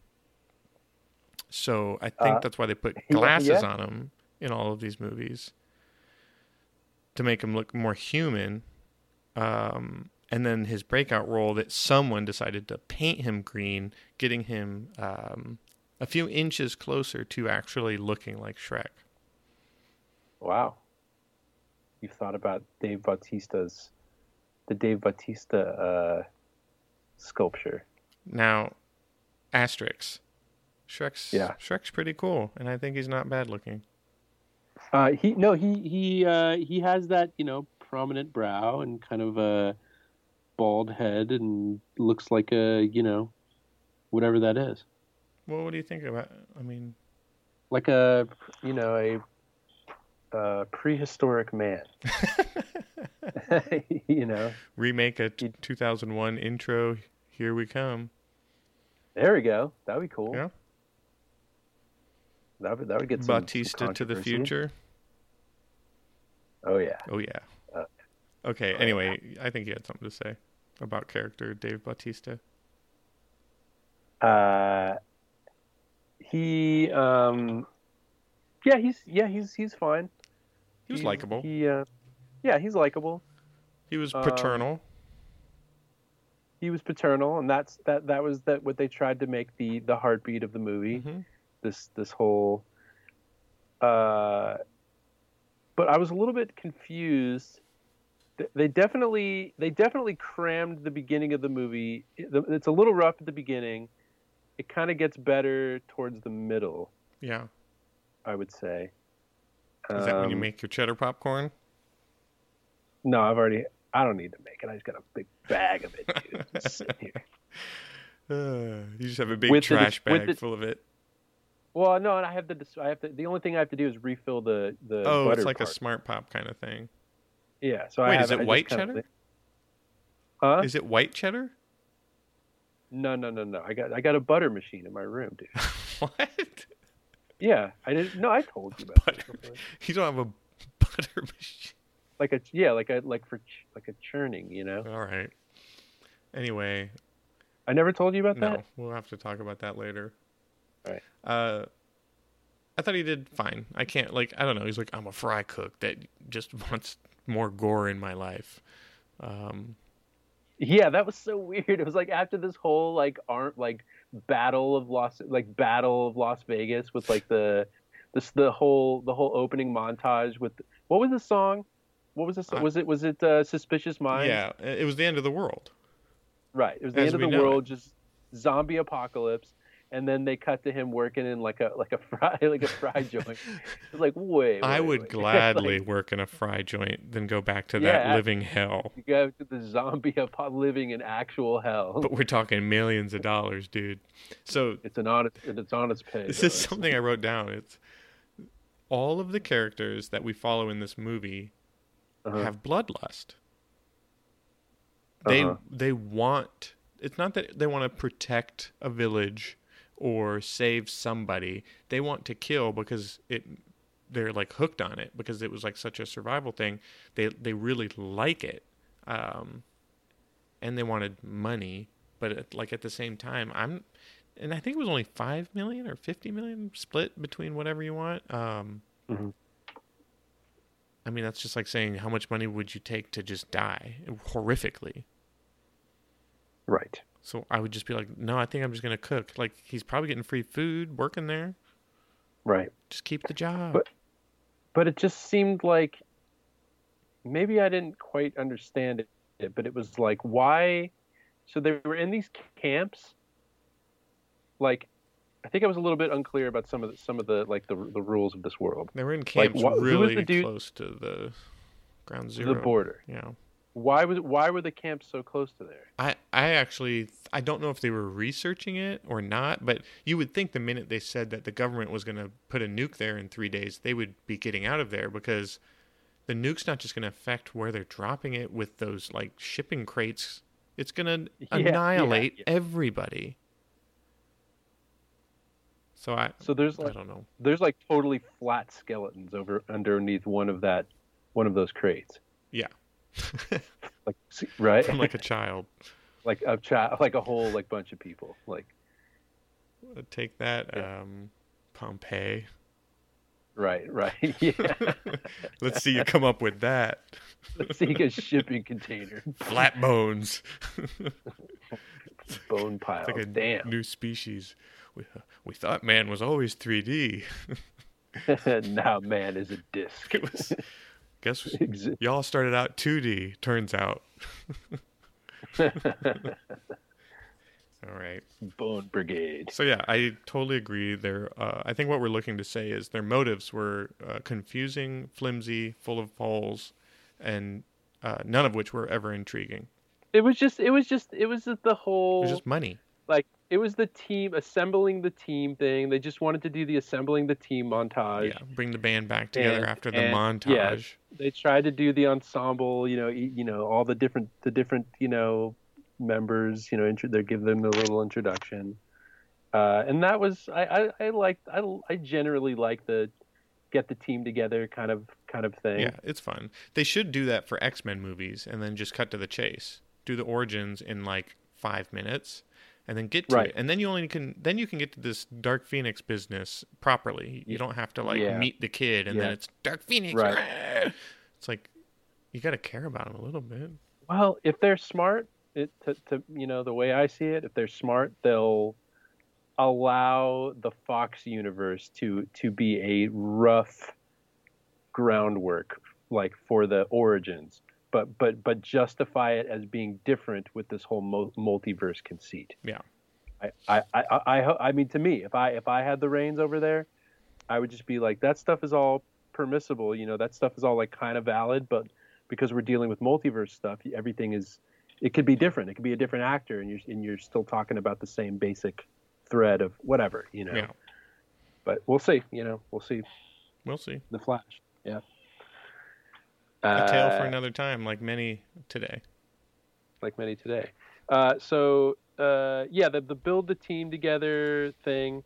[SPEAKER 2] So I think
[SPEAKER 1] Uh,
[SPEAKER 2] that's why they put
[SPEAKER 1] yeah.
[SPEAKER 2] glasses on him in all of these movies to make him look more human. Um, and then his breakout role that someone decided to paint him green, getting him um, a few inches closer to actually looking like Shrek.
[SPEAKER 1] Wow. You've thought about Dave Bautista's the Dave Bautista uh, sculpture.
[SPEAKER 2] Now, Asterix. Shrek's
[SPEAKER 1] Yeah.
[SPEAKER 2] Shrek's pretty cool, and I think he's not bad looking.
[SPEAKER 1] Uh, he no, he he uh, he has that you know prominent brow and kind of a bald head and looks like a you know whatever that is,
[SPEAKER 2] Well, what do you think about? I mean,
[SPEAKER 1] (laughs) like a you know a uh, prehistoric man. (laughs) you know,
[SPEAKER 2] remake a t- 2001 intro. Here we come.
[SPEAKER 1] there we go. That'd be cool.
[SPEAKER 2] Yeah.
[SPEAKER 1] That would that would get some, some
[SPEAKER 2] Batista to the
[SPEAKER 1] controversy.
[SPEAKER 2] future.
[SPEAKER 1] Oh yeah.
[SPEAKER 2] Oh yeah.
[SPEAKER 1] Uh,
[SPEAKER 2] Okay.
[SPEAKER 1] oh,
[SPEAKER 2] Anyway, I think you had something to say about character Dave Bautista.
[SPEAKER 1] uh, he um, yeah he's yeah he's he's fine
[SPEAKER 2] He was
[SPEAKER 1] He's-
[SPEAKER 2] likable.
[SPEAKER 1] he uh, yeah he's likable
[SPEAKER 2] He was
[SPEAKER 1] Um,
[SPEAKER 2] paternal.
[SPEAKER 1] He was paternal, and that's that. That was that what they tried to make the the heartbeat of the movie.
[SPEAKER 2] Mhm.
[SPEAKER 1] This this whole. Uh, but I was a little bit confused. Th- They definitely they definitely crammed the beginning of the movie. It- It's a little rough at the beginning. It kind of gets better towards the middle,
[SPEAKER 2] Yeah.
[SPEAKER 1] I would say.
[SPEAKER 2] Is that when you
[SPEAKER 1] Um,
[SPEAKER 2] make your cheddar popcorn?
[SPEAKER 1] No, I've already. I don't need to make it. I just got a big bag of it,
[SPEAKER 2] (laughs)
[SPEAKER 1] dude. It's sitting here.
[SPEAKER 2] Uh, you just have a big
[SPEAKER 1] With the-
[SPEAKER 2] trash
[SPEAKER 1] with
[SPEAKER 2] bag
[SPEAKER 1] the-
[SPEAKER 2] full of it.
[SPEAKER 1] Well, no, and I have to. dis- I have to. The only thing I have to do is refill the the
[SPEAKER 2] Oh,
[SPEAKER 1] butter
[SPEAKER 2] it's like
[SPEAKER 1] part.
[SPEAKER 2] a smart pop kind of thing.
[SPEAKER 1] yeah. So I
[SPEAKER 2] Wait,
[SPEAKER 1] have
[SPEAKER 2] is it
[SPEAKER 1] I just
[SPEAKER 2] white
[SPEAKER 1] kinda
[SPEAKER 2] cheddar?
[SPEAKER 1] think- Huh?
[SPEAKER 2] Is it white cheddar?
[SPEAKER 1] no, no, no, no. I got I got a butter machine in my room, dude.
[SPEAKER 2] (laughs) what?
[SPEAKER 1] Yeah, I didn't. No, I told you
[SPEAKER 2] (laughs)
[SPEAKER 1] about
[SPEAKER 2] Butter-
[SPEAKER 1] this before.
[SPEAKER 2] You don't have a (laughs) butter machine.
[SPEAKER 1] Like a yeah, like a like for ch- like a churning. You know,
[SPEAKER 2] All right. Anyway,
[SPEAKER 1] I never told you about
[SPEAKER 2] no,
[SPEAKER 1] that.
[SPEAKER 2] we'll have to talk about that later.
[SPEAKER 1] All right.
[SPEAKER 2] Uh, I thought he did fine. I can't like I don't know. He's like I'm a fry cook that just (laughs) wants more gore in my life. Um,
[SPEAKER 1] Yeah, that was so (laughs) weird. It was like after this whole like arm like battle of Las like battle of Las Vegas with like the this the whole the whole opening montage with what was the song? What was the song?
[SPEAKER 2] I-
[SPEAKER 1] was it was it uh, Suspicious Minds?
[SPEAKER 2] yeah, it it was the end of the world.
[SPEAKER 1] right. It was the end
[SPEAKER 2] As
[SPEAKER 1] of
[SPEAKER 2] we
[SPEAKER 1] the
[SPEAKER 2] know
[SPEAKER 1] world, just zombie apocalypse, and then they cut to him working in like a like a (laughs) fry like a fry
[SPEAKER 2] (laughs)
[SPEAKER 1] joint. It's like wait,
[SPEAKER 2] I
[SPEAKER 1] wait,
[SPEAKER 2] would
[SPEAKER 1] wait. (laughs)
[SPEAKER 2] gladly
[SPEAKER 1] Like,
[SPEAKER 2] work in a fry joint than go back to that
[SPEAKER 1] Yeah.
[SPEAKER 2] living hell.
[SPEAKER 1] you go to the zombie apo- living in actual hell.
[SPEAKER 2] But we're talking millions of dollars, dude. So
[SPEAKER 1] it's an honest it's honest pay.
[SPEAKER 2] this
[SPEAKER 1] though.
[SPEAKER 2] is something I wrote down. It's all of the characters that we follow in this movie
[SPEAKER 1] Uh-huh.
[SPEAKER 2] have bloodlust. They
[SPEAKER 1] Uh-huh.
[SPEAKER 2] they want it's not that they want to protect a village or save somebody. They want to kill because it they're like hooked on it because it was like such a survival thing. They they really like it. Um and they wanted money, but at, like at the same time, I'm and I think it was only 5 million or 50 million split between whatever you want. Um
[SPEAKER 1] Mhm.
[SPEAKER 2] I mean, that's just like saying how much money would you take to just die horrifically?
[SPEAKER 1] right.
[SPEAKER 2] So I would just be like, no, I think I'm just gonna cook. Like he's probably getting free food working there.
[SPEAKER 1] Right.
[SPEAKER 2] Just keep the job.
[SPEAKER 1] But- But it just seemed like maybe I didn't quite understand it, but it was like, why? So they were in these camps. Like, I think I was a little bit unclear about some of the, some of the like the the rules of this world,
[SPEAKER 2] they were in camps
[SPEAKER 1] wha- who was
[SPEAKER 2] really
[SPEAKER 1] the dude-
[SPEAKER 2] close to the ground zero.
[SPEAKER 1] the border.
[SPEAKER 2] Yeah.
[SPEAKER 1] Why was why were the camps so close to there?
[SPEAKER 2] I I actually I don't know if they were researching it or not, but you would think the minute they said that the government was going to put a nuke there in 3 days, they would be getting out of there because the nuke's not just going to affect where they're dropping it with those like shipping crates. It's going to
[SPEAKER 1] Yeah, yeah,
[SPEAKER 2] annihilate
[SPEAKER 1] yeah.
[SPEAKER 2] everybody. So I
[SPEAKER 1] So there's
[SPEAKER 2] I
[SPEAKER 1] like (laughs)
[SPEAKER 2] don't know.
[SPEAKER 1] there's like totally flat skeletons over underneath one of that one of those crates.
[SPEAKER 2] Yeah.
[SPEAKER 1] Like (laughs) see- right,
[SPEAKER 2] From like a child.
[SPEAKER 1] like a child, like a whole like bunch of people, like
[SPEAKER 2] Uh, Take that um
[SPEAKER 1] (laughs)
[SPEAKER 2] Pompeii. (laughs)
[SPEAKER 1] right, right, (laughs) yeah.
[SPEAKER 2] Let's see you come up with that.
[SPEAKER 1] Let's see a shipping container.
[SPEAKER 2] Flat bones.
[SPEAKER 1] Bone pile.
[SPEAKER 2] It's like a
[SPEAKER 1] Oh, Damn.
[SPEAKER 2] new species. We, we thought man was always 3D.
[SPEAKER 1] now man is a disc.
[SPEAKER 2] (laughs) It was.
[SPEAKER 1] (laughs)
[SPEAKER 2] guess
[SPEAKER 1] Exi-
[SPEAKER 2] y'all started out 2D. Turns out. All right.
[SPEAKER 1] (laughs) Bone brigade.
[SPEAKER 2] So yeah, I totally agree. There, uh, I think what we're looking to say is their motives were uh, confusing, flimsy, full of holes, and uh, none of which were ever intriguing.
[SPEAKER 1] It was just it was just it was the
[SPEAKER 2] It
[SPEAKER 1] whole
[SPEAKER 2] was just money.
[SPEAKER 1] like it was the team assembling the team thing. They just wanted to do the assembling the team montage.
[SPEAKER 2] Yeah, bring the band back together
[SPEAKER 1] And-
[SPEAKER 2] after the
[SPEAKER 1] and-
[SPEAKER 2] montage.
[SPEAKER 1] yeah. They tried to do the ensemble, you know, e- you know, all the different the different, you know, members, you know, intro, they give them a little introduction. Uh, and that was I I, I liked I, I generally like the get the team together kind of kind of thing.
[SPEAKER 2] Yeah, it's fun. They should do that for X Men movies and then just cut to the chase. Do the origins in like five minutes and then get to
[SPEAKER 1] Right.
[SPEAKER 2] it. And then you only can then you can get to this Dark Phoenix business properly. You don't have to like
[SPEAKER 1] Yeah.
[SPEAKER 2] meet the kid and then
[SPEAKER 1] Yeah.
[SPEAKER 2] it's Dark Phoenix.
[SPEAKER 1] Right.
[SPEAKER 2] rah! It's like you got to care about them a little bit.
[SPEAKER 1] Well, if they're smart, it to, to you know the way I see it, if they're smart, they'll allow the Fox universe to to be a rough groundwork like for the origins, but but but justify it as being different with this whole mul- multiverse conceit.
[SPEAKER 2] Yeah.
[SPEAKER 1] I I, I I ho- I mean to me, if I if I had the reins over there, I would just be like that stuff is all permissible, you know, that stuff is all like kind of valid, but because we're dealing with multiverse stuff, everything is it could be different. It could be a different actor and you're and you're still talking about the same basic thread of whatever, you know.
[SPEAKER 2] Yeah.
[SPEAKER 1] But we'll see, you know, we'll see
[SPEAKER 2] We'll see.
[SPEAKER 1] the Flash. Yeah.
[SPEAKER 2] A tale for
[SPEAKER 1] Uh,
[SPEAKER 2] another time, like many today.
[SPEAKER 1] like many today. Uh, so uh, yeah, the, the build the team together thing.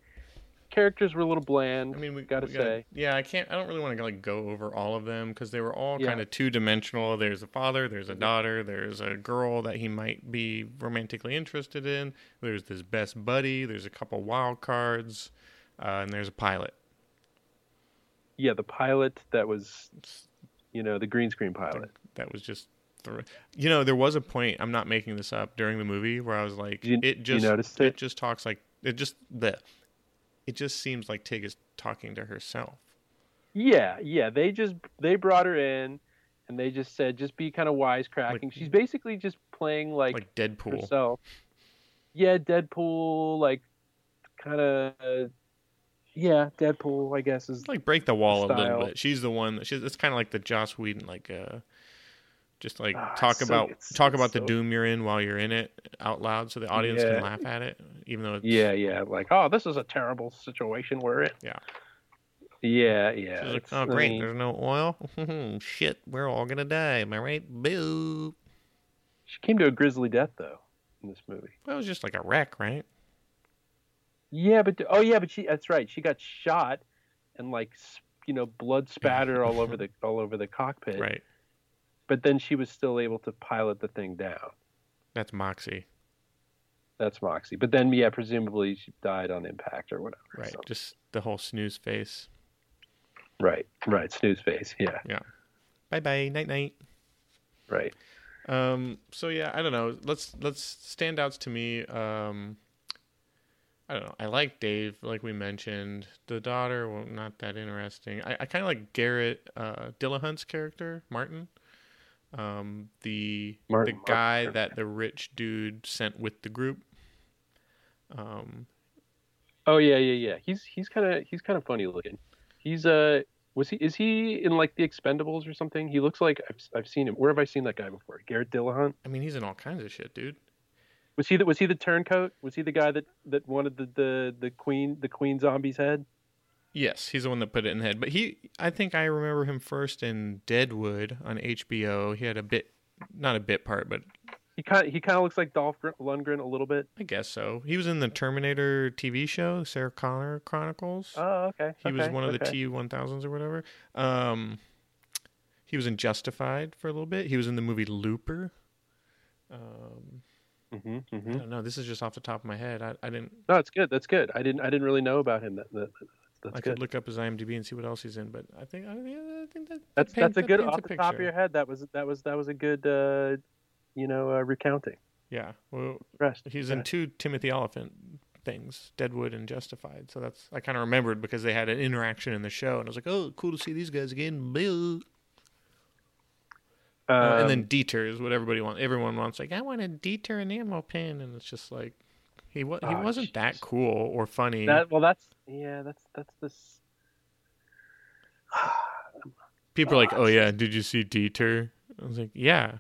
[SPEAKER 1] Characters were a little bland.
[SPEAKER 2] I mean, we
[SPEAKER 1] gotta
[SPEAKER 2] we
[SPEAKER 1] say.
[SPEAKER 2] yeah. I can't. I don't really want to like go over all of them because they were all
[SPEAKER 1] Yeah. Mm-hmm.
[SPEAKER 2] kind of two dimensional. There's a father. There's a daughter. There's a girl that he might be romantically interested in. There's this best buddy. There's a couple wild cards, uh, and there's a pilot.
[SPEAKER 1] yeah, the pilot that was, you know, the green screen pilot.
[SPEAKER 2] That was just. Th- you know, there was a point. I'm not making this up during the movie where I was like,
[SPEAKER 1] You-
[SPEAKER 2] it
[SPEAKER 1] you
[SPEAKER 2] just
[SPEAKER 1] noticed
[SPEAKER 2] it
[SPEAKER 1] it?
[SPEAKER 2] just talks like it just the. It just seems like Tig is talking to herself.
[SPEAKER 1] Yeah, yeah. They just they brought her in, and they just said just be kind of wisecracking.
[SPEAKER 2] Like-
[SPEAKER 1] She's basically just playing like,
[SPEAKER 2] like Deadpool.
[SPEAKER 1] herself. Yeah, Deadpool, like kind of. yeah, Deadpool. I guess is
[SPEAKER 2] like break the wall a little
[SPEAKER 1] style.
[SPEAKER 2] bit. She's the one. That, she's it's kind of like the Joss Whedon like uh, just like
[SPEAKER 1] Ah,
[SPEAKER 2] talk
[SPEAKER 1] it's so-
[SPEAKER 2] about
[SPEAKER 1] it's-
[SPEAKER 2] talk
[SPEAKER 1] it's
[SPEAKER 2] about the
[SPEAKER 1] so-
[SPEAKER 2] doom you're in while you're in it out loud, so the audience
[SPEAKER 1] Yeah.
[SPEAKER 2] can laugh at it, even though it's,
[SPEAKER 1] Yeah, yeah. Like, oh, this is a terrible situation we're in.
[SPEAKER 2] Yeah.
[SPEAKER 1] Yeah, yeah.
[SPEAKER 2] it's like,
[SPEAKER 1] it's-
[SPEAKER 2] oh
[SPEAKER 1] I
[SPEAKER 2] great,
[SPEAKER 1] mean,
[SPEAKER 2] there's no oil. (laughs) Shit, we're all gonna die. Am I right? Boo.
[SPEAKER 1] she came to a grisly death though in this movie.
[SPEAKER 2] That was just like a wreck, right?
[SPEAKER 1] Yeah, but oh yeah, but she that's right. She got shot and like s- you know, blood spatter all
[SPEAKER 2] (laughs)
[SPEAKER 1] over the all over the cockpit.
[SPEAKER 2] Right.
[SPEAKER 1] But then she was still able to pilot the thing down.
[SPEAKER 2] That's Moxie.
[SPEAKER 1] That's Moxie. But then yeah, presumably she died on impact or whatever.
[SPEAKER 2] Right.
[SPEAKER 1] so-
[SPEAKER 2] Just the whole snooze face.
[SPEAKER 1] right. Right. Snooze face. Yeah.
[SPEAKER 2] Bye bye. Night night.
[SPEAKER 1] Right.
[SPEAKER 2] Um, so yeah, I don't know. Let's let's standouts to me. Um, I don't know. I like Dave, like we mentioned. The daughter, well, not that interesting. I, I kind of like Garrett uh, Dillahunt's character, Martin. Um, the
[SPEAKER 1] Martin,
[SPEAKER 2] the guy
[SPEAKER 1] Martin.
[SPEAKER 2] that the rich dude sent with the group. Um,
[SPEAKER 1] Oh yeah, yeah, yeah. He's he's kind of he's kind of funny looking. He's uh was he is he in like the Expendables or something? He looks like I've I've seen him. Where have I seen that guy before? Garrett Dillahunt.
[SPEAKER 2] I mean, he's in all kinds of shit, dude.
[SPEAKER 1] Was he the was he the turncoat? Was he the guy that that wanted the the the queen the queen zombie's head?
[SPEAKER 2] Yes, he's the one that put it in the head. But he, I think I remember him first in Deadwood on HBO. He had a bit, not a bit part, but
[SPEAKER 1] He kind of, he kind of looks like Dolph Gr- Lundgren a little bit.
[SPEAKER 2] I guess so. He was in the Terminator TV show, Sarah Connor Chronicles.
[SPEAKER 1] Oh, okay.
[SPEAKER 2] he was
[SPEAKER 1] okay,
[SPEAKER 2] one of the
[SPEAKER 1] okay.
[SPEAKER 2] TU 1000s or whatever. Um, he was in Justified for a little bit. He was in the movie Looper. Um,
[SPEAKER 1] Mhm,
[SPEAKER 2] I
[SPEAKER 1] mhm.
[SPEAKER 2] don't know. This is just off the top of my head. I, I didn't.
[SPEAKER 1] No, it's good. That's good. I didn't I didn't really know about him. That, that that's
[SPEAKER 2] I could
[SPEAKER 1] good.
[SPEAKER 2] look up his IMDb and see what else he's in, but I think I, yeah, I think that
[SPEAKER 1] That's
[SPEAKER 2] that paint-
[SPEAKER 1] that's a
[SPEAKER 2] that
[SPEAKER 1] good
[SPEAKER 2] paints
[SPEAKER 1] off the top of
[SPEAKER 2] picture.
[SPEAKER 1] your head. That was that was that was a good uh, you know uh, recounting.
[SPEAKER 2] Yeah. Well,
[SPEAKER 1] Rest.
[SPEAKER 2] He's in
[SPEAKER 1] Okay.
[SPEAKER 2] two Timothy Oliphant things, Deadwood and Justified. So that's I kind of remembered because they had an interaction in the show, and I was like, oh, cool to see these guys again. Boo.
[SPEAKER 1] Um,
[SPEAKER 2] Uh, and then Dieter is what everybody wants. Everyone wants like I want a Dieter enamel pin, and it's just like he was he
[SPEAKER 1] Oh,
[SPEAKER 2] wasn't that
[SPEAKER 1] jeez.
[SPEAKER 2] cool or funny.
[SPEAKER 1] That well, that's yeah, that's that's this. (sighs)
[SPEAKER 2] People are like, oh yeah, did you see Dieter? I was like, yeah,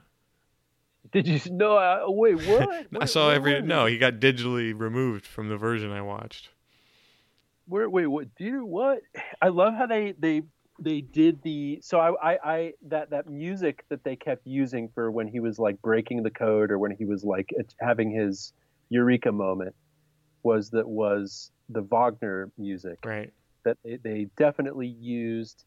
[SPEAKER 1] Did you no? Uh,
[SPEAKER 2] (laughs)
[SPEAKER 1] wait, what?
[SPEAKER 2] I
[SPEAKER 1] Where-
[SPEAKER 2] saw
[SPEAKER 1] where
[SPEAKER 2] every.
[SPEAKER 1] was
[SPEAKER 2] No,
[SPEAKER 1] it?
[SPEAKER 2] he got digitally removed from the version I watched.
[SPEAKER 1] Where? Wait, what? Dude, what? I love how they they they did the so I, I I that that music that they kept using for when he was like breaking the code or when he was like it's- having his eureka moment was that was the Wagner music
[SPEAKER 2] Right.
[SPEAKER 1] that they, they definitely used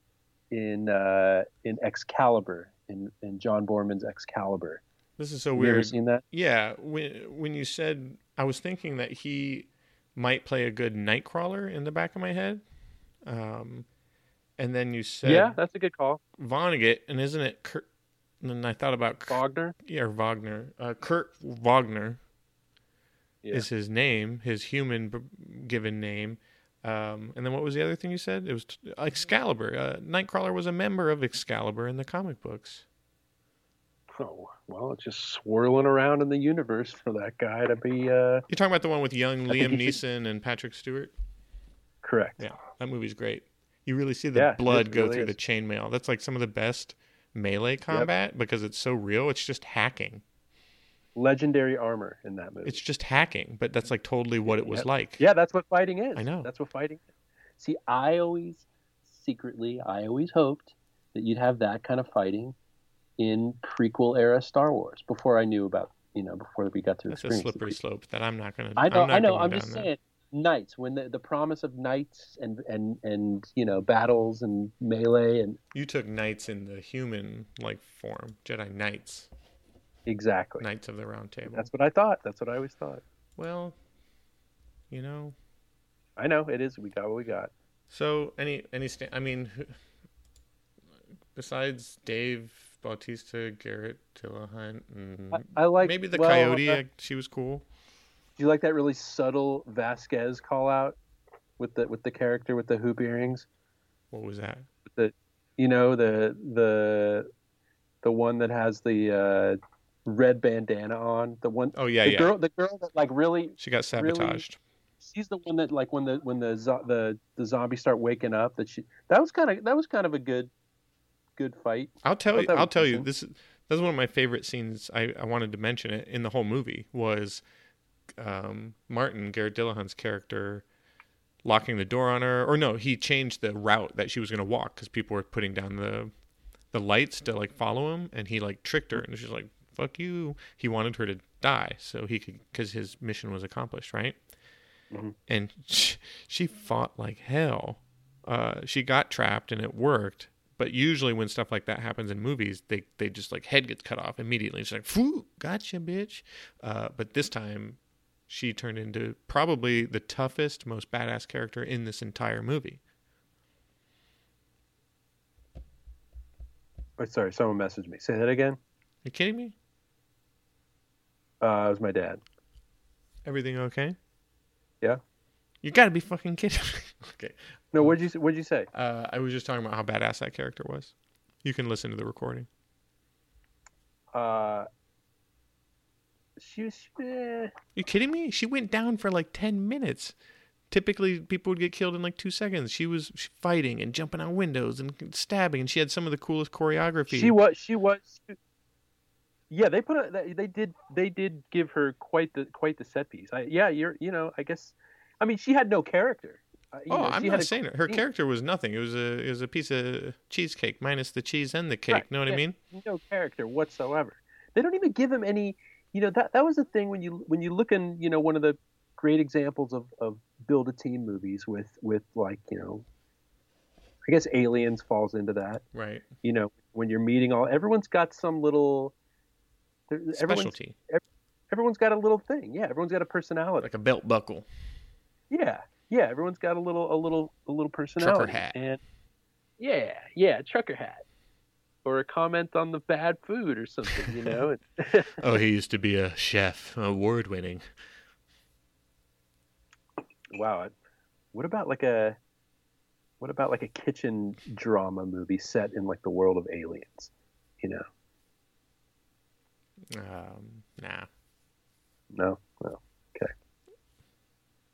[SPEAKER 1] in uh, in Excalibur in in John Borman's Excalibur.
[SPEAKER 2] This is so
[SPEAKER 1] Have you ever
[SPEAKER 2] weird.
[SPEAKER 1] seen that?
[SPEAKER 2] Yeah, when when you said I was thinking that he might play a good Nightcrawler in the back of my head, um, and then you said
[SPEAKER 1] Yeah, that's a good call.
[SPEAKER 2] Vonnegut, and isn't it Kurt, And then I thought about K-
[SPEAKER 1] Wagner.
[SPEAKER 2] yeah, or Wagner. Uh, Kurt Wagner
[SPEAKER 1] Yeah.
[SPEAKER 2] is his name, his human b- given name. Um, and then what was the other thing you said? It was t- Excalibur. Uh, Nightcrawler was a member of Excalibur in the comic books.
[SPEAKER 1] Oh well, it's just swirling around in the universe for that guy to be uh,
[SPEAKER 2] You're talking about the one
[SPEAKER 1] (laughs)
[SPEAKER 2] with young
[SPEAKER 1] I think
[SPEAKER 2] Liam
[SPEAKER 1] you
[SPEAKER 2] Neeson and Patrick Stewart?
[SPEAKER 1] correct.
[SPEAKER 2] Yeah, that movie's great. You really see the
[SPEAKER 1] Yeah, it
[SPEAKER 2] blood go
[SPEAKER 1] really
[SPEAKER 2] through
[SPEAKER 1] is.
[SPEAKER 2] the chainmail. That's like some of the best melee combat because it's so real. It's just hacking.
[SPEAKER 1] Legendary armor in that movie.
[SPEAKER 2] It's just hacking, but that's like totally what it was
[SPEAKER 1] Yep.
[SPEAKER 2] like.
[SPEAKER 1] Yeah, that's what fighting is.
[SPEAKER 2] I know.
[SPEAKER 1] That's what fighting is. See, I always secretly, I always hoped that you'd have that kind of fighting in prequel era Star Wars before I knew about, you know, before we got to
[SPEAKER 2] That's a
[SPEAKER 1] experience the
[SPEAKER 2] slippery
[SPEAKER 1] prequel.
[SPEAKER 2] slope that I'm not gonna.
[SPEAKER 1] I know,
[SPEAKER 2] I'm not
[SPEAKER 1] I know.
[SPEAKER 2] going
[SPEAKER 1] I'm
[SPEAKER 2] down
[SPEAKER 1] just
[SPEAKER 2] that.
[SPEAKER 1] saying, knights when the, the promise of knights and and and you know battles and melee and
[SPEAKER 2] You took knights in the human like form, Jedi knights,
[SPEAKER 1] exactly.
[SPEAKER 2] knights of the Round Table.
[SPEAKER 1] That's what I thought. That's what I always thought.
[SPEAKER 2] Well, you know.
[SPEAKER 1] I know it is. We got what we got.
[SPEAKER 2] So any any sta- I mean, who- besides Dave Bautista, Garrett Dillahunt, and
[SPEAKER 1] I, I like
[SPEAKER 2] maybe the
[SPEAKER 1] well,
[SPEAKER 2] coyote.
[SPEAKER 1] uh,
[SPEAKER 2] uh, she was cool.
[SPEAKER 1] Do you like that really subtle Vasquez call out with the with the character with the hoop earrings?
[SPEAKER 2] What was that?
[SPEAKER 1] You know the the the one that has the uh, red bandana on. The one
[SPEAKER 2] Oh yeah,
[SPEAKER 1] the
[SPEAKER 2] yeah.
[SPEAKER 1] girl the girl that like really
[SPEAKER 2] she got
[SPEAKER 1] really-
[SPEAKER 2] sabotaged.
[SPEAKER 1] she's the one that like when the when the zo- the the zombies start waking up that she that was kind of that was kind of a good good fight.
[SPEAKER 2] I'll tell
[SPEAKER 1] thought
[SPEAKER 2] you.
[SPEAKER 1] Oh, that
[SPEAKER 2] I'll
[SPEAKER 1] was
[SPEAKER 2] tell you.
[SPEAKER 1] cool.
[SPEAKER 2] This is that's one of my favorite scenes. I, I wanted to mention it in the whole movie was um, Martin Garrett Dillahunt's character locking the door on her, or no, he changed the route that she was going to walk because people were putting down the the lights to like follow him, and he like tricked her, and she's like, "Fuck you." He wanted her to die so he could because his mission was accomplished, right?
[SPEAKER 1] Mhm.
[SPEAKER 2] And (laughs) she, she fought like hell. Uh, she got trapped and it worked. But usually when stuff like that happens in movies, they they just like head gets cut off immediately. She's like, "Phew, gotcha, bitch." Uh, but this time, she turned into probably the toughest, most badass character in this entire movie.
[SPEAKER 1] Oh, sorry, someone messaged me. Say that again.
[SPEAKER 2] you kidding me?
[SPEAKER 1] Uh, it was my dad.
[SPEAKER 2] Everything okay?
[SPEAKER 1] Yeah.
[SPEAKER 2] You gotta be fucking kidding me. (laughs) okay.
[SPEAKER 1] No, what did you what did you say?
[SPEAKER 2] Uh, I was just talking about how badass that character was. You can listen to the recording.
[SPEAKER 1] Uh, she was. eh.
[SPEAKER 2] You kidding me? She went down for like 10 minutes. Typically, people would get killed in like two seconds. She was fighting and jumping on windows and stabbing, and she had some of the coolest choreography.
[SPEAKER 1] She was. She was. yeah, they put. A, they- they did. They did give her quite the quite the set piece. I, yeah, you're. You know, I guess. I mean, she had no character. Uh, you
[SPEAKER 2] oh,
[SPEAKER 1] know,
[SPEAKER 2] I'm
[SPEAKER 1] she had
[SPEAKER 2] not
[SPEAKER 1] a-
[SPEAKER 2] saying it. Her
[SPEAKER 1] scene.
[SPEAKER 2] character was nothing. It was a it was a piece of cheesecake minus the cheese and the cake.
[SPEAKER 1] Right,
[SPEAKER 2] Know what I
[SPEAKER 1] yeah.
[SPEAKER 2] mean?
[SPEAKER 1] no character whatsoever. They don't even give him any. You know that that was the thing when you when you look in you know one of the great examples of of build a team movies with with like you know. I guess Aliens falls into that.
[SPEAKER 2] Right.
[SPEAKER 1] You know when you're meeting all everyone's got some little. there- Everyone's,
[SPEAKER 2] Specialty
[SPEAKER 1] everyone's got a little thing. Yeah, everyone's got a personality.
[SPEAKER 2] like a belt buckle.
[SPEAKER 1] Yeah, yeah. Everyone's got a little, a little, a little personality.
[SPEAKER 2] hat.
[SPEAKER 1] And yeah, yeah, trucker hat, or a comment on the bad food or something. You
[SPEAKER 2] (laughs)
[SPEAKER 1] know,
[SPEAKER 2] Oh, he used to be a chef, award winning.
[SPEAKER 1] wow. What about like a, what about like a kitchen drama movie set in like the world of aliens? You know,
[SPEAKER 2] Um, nah.
[SPEAKER 1] no,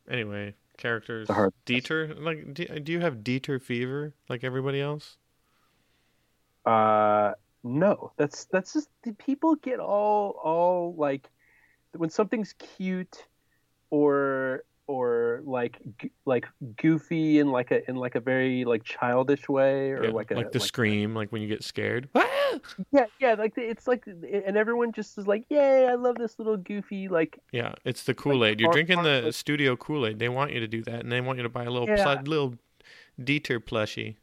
[SPEAKER 2] Anyway, characters.
[SPEAKER 1] The hard-
[SPEAKER 2] Dieter, like, do, do you have Dieter fever like everybody else?
[SPEAKER 1] Uh, no, that's that's just the people get all all like when something's cute or or like g- like goofy in like a in like a very like childish way or
[SPEAKER 2] Yeah,
[SPEAKER 1] like a
[SPEAKER 2] the scream, like when you get scared. Ah!
[SPEAKER 1] yeah yeah like it's like and everyone just is like yay I love this little goofy like
[SPEAKER 2] Yeah, it's the Kool Aid. You're
[SPEAKER 1] or-
[SPEAKER 2] drinking
[SPEAKER 1] or-
[SPEAKER 2] the studio Kool Aid. They want you to do that, and they want you to buy a little
[SPEAKER 1] Yeah.
[SPEAKER 2] plu- little Dieter plushie.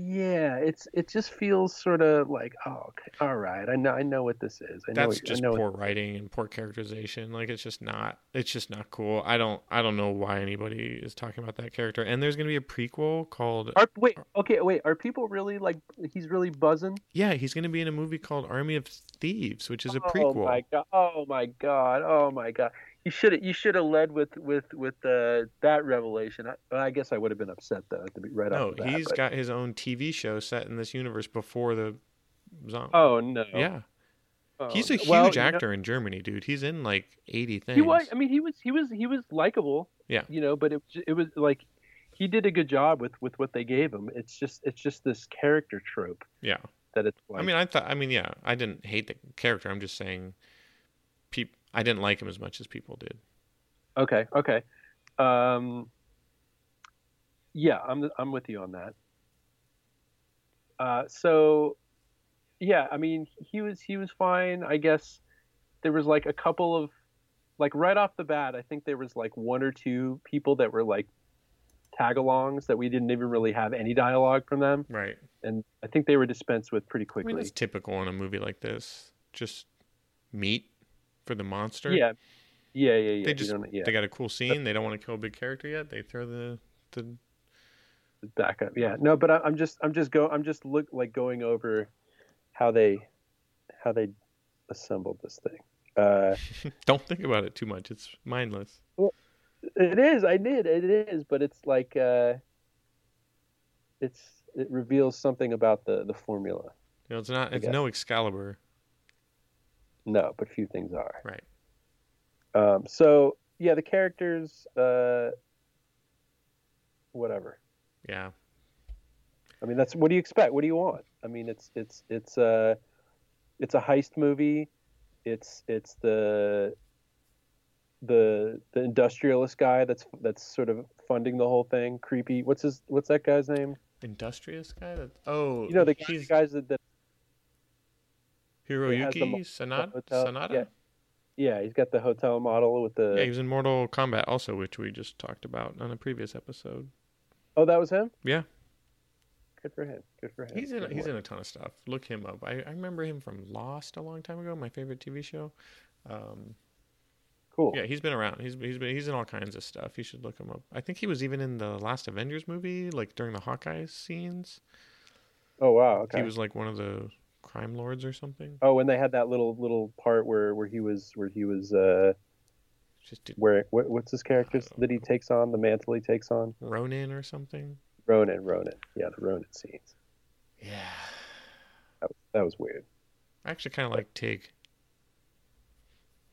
[SPEAKER 1] yeah, it's it just feels sort of like oh, okay, all right, I know I know what this is. I know
[SPEAKER 2] That's
[SPEAKER 1] what- I
[SPEAKER 2] just
[SPEAKER 1] know what-
[SPEAKER 2] poor writing and poor characterization. Like it's just not it's just not cool. I don't I don't know why anybody is talking about that character. And there's gonna be a prequel called
[SPEAKER 1] Are, wait, okay, wait. Are people really like he's really buzzing?
[SPEAKER 2] Yeah, he's gonna be in a movie called Army of Thieves, which is a
[SPEAKER 1] Oh
[SPEAKER 2] prequel.
[SPEAKER 1] my god! Oh my god! Oh my god! You should you should have led with with with uh, that revelation. I, well, I guess I would have been upset though at the be- right
[SPEAKER 2] No,
[SPEAKER 1] off. the bat,
[SPEAKER 2] he's
[SPEAKER 1] but-
[SPEAKER 2] got his own TV show set in this universe before the zombie.
[SPEAKER 1] Oh no!
[SPEAKER 2] yeah,
[SPEAKER 1] Oh,
[SPEAKER 2] he's a
[SPEAKER 1] no.
[SPEAKER 2] huge
[SPEAKER 1] Well, you know,
[SPEAKER 2] actor in Germany, dude. He's in like eighty things.
[SPEAKER 1] he was. I mean, he was. He was. He was likable.
[SPEAKER 2] Yeah.
[SPEAKER 1] You know, but it it was like he did a good job with with what they gave him. It's just it's just this character trope
[SPEAKER 2] yeah,
[SPEAKER 1] that it's like.
[SPEAKER 2] I mean, I thought. I mean, yeah, I didn't hate the character. I'm just saying, peop- I didn't like him as much as people did.
[SPEAKER 1] Okay. Okay. Um, yeah, I'm I'm with you on that. Uh, so, yeah, I mean, he was he was fine. I guess there was like a couple of like right off the bat. I think there was like one or two people that were like tagalongs that we didn't even really have any dialogue from them,
[SPEAKER 2] Right.
[SPEAKER 1] and I think they were dispensed with pretty
[SPEAKER 2] I mean,
[SPEAKER 1] quickly.
[SPEAKER 2] that's typical in a movie like this. Just meat for the monster.
[SPEAKER 1] yeah, yeah, yeah, yeah.
[SPEAKER 2] They
[SPEAKER 1] You
[SPEAKER 2] just
[SPEAKER 1] don't- yeah,
[SPEAKER 2] they got a cool scene. They don't want to kill a big character yet. They throw the the (laughs)
[SPEAKER 1] back up. Yeah, no, but I, I'm just I'm just go I'm just look like going over how they how they assembled this thing. Uh,
[SPEAKER 2] Don't think about it too much. It's mindless.
[SPEAKER 1] it is, I did, it is, but it's like uh, it's it reveals something about the the formula.
[SPEAKER 2] You know, it's not.
[SPEAKER 1] I
[SPEAKER 2] It's
[SPEAKER 1] guess.
[SPEAKER 2] no Excalibur.
[SPEAKER 1] No, but few things are
[SPEAKER 2] Right.
[SPEAKER 1] Um, so yeah, the characters, uh, whatever.
[SPEAKER 2] Yeah.
[SPEAKER 1] I mean, that's what do you expect? What do you want? I mean, it's it's it's a it's a heist movie. It's it's the the the industrialist guy that's that's sort of funding the whole thing. Creepy. What's his What's that guy's name?
[SPEAKER 2] Industrious guy. That oh,
[SPEAKER 1] You know the, guy- the
[SPEAKER 2] he's
[SPEAKER 1] guys that, that that has the
[SPEAKER 2] Hiroyuki
[SPEAKER 1] mo-
[SPEAKER 2] Sanada.
[SPEAKER 1] hotel-
[SPEAKER 2] Sanada.
[SPEAKER 1] yeah, he's got the hotel model with the
[SPEAKER 2] Yeah. he was in Mortal Kombat also, which we just talked about on a previous episode.
[SPEAKER 1] oh that was him.
[SPEAKER 2] Yeah.
[SPEAKER 1] Good for him. Good for him.
[SPEAKER 2] He's in
[SPEAKER 1] Good
[SPEAKER 2] he's
[SPEAKER 1] work.
[SPEAKER 2] in a ton of stuff. Look him up. I, I remember him from Lost a long time ago, my favorite TV show. Um,
[SPEAKER 1] cool.
[SPEAKER 2] yeah, he's been around. He's he's been he's in all kinds of stuff. You should look him up. I think he was even in the last Avengers movie, like during the Hawkeye scenes.
[SPEAKER 1] Oh wow. Okay.
[SPEAKER 2] He was like one of the crime lords or something.
[SPEAKER 1] Oh, when they had that little little part where, where he was where he was uh,
[SPEAKER 2] Just did
[SPEAKER 1] where what, what's his character
[SPEAKER 2] Oh.
[SPEAKER 1] that he takes on the mantle he takes on
[SPEAKER 2] Ronin or something.
[SPEAKER 1] Ronan, Ronan. Yeah, the Ronan scenes.
[SPEAKER 2] Yeah.
[SPEAKER 1] That was weird.
[SPEAKER 2] I actually kind of like Tig.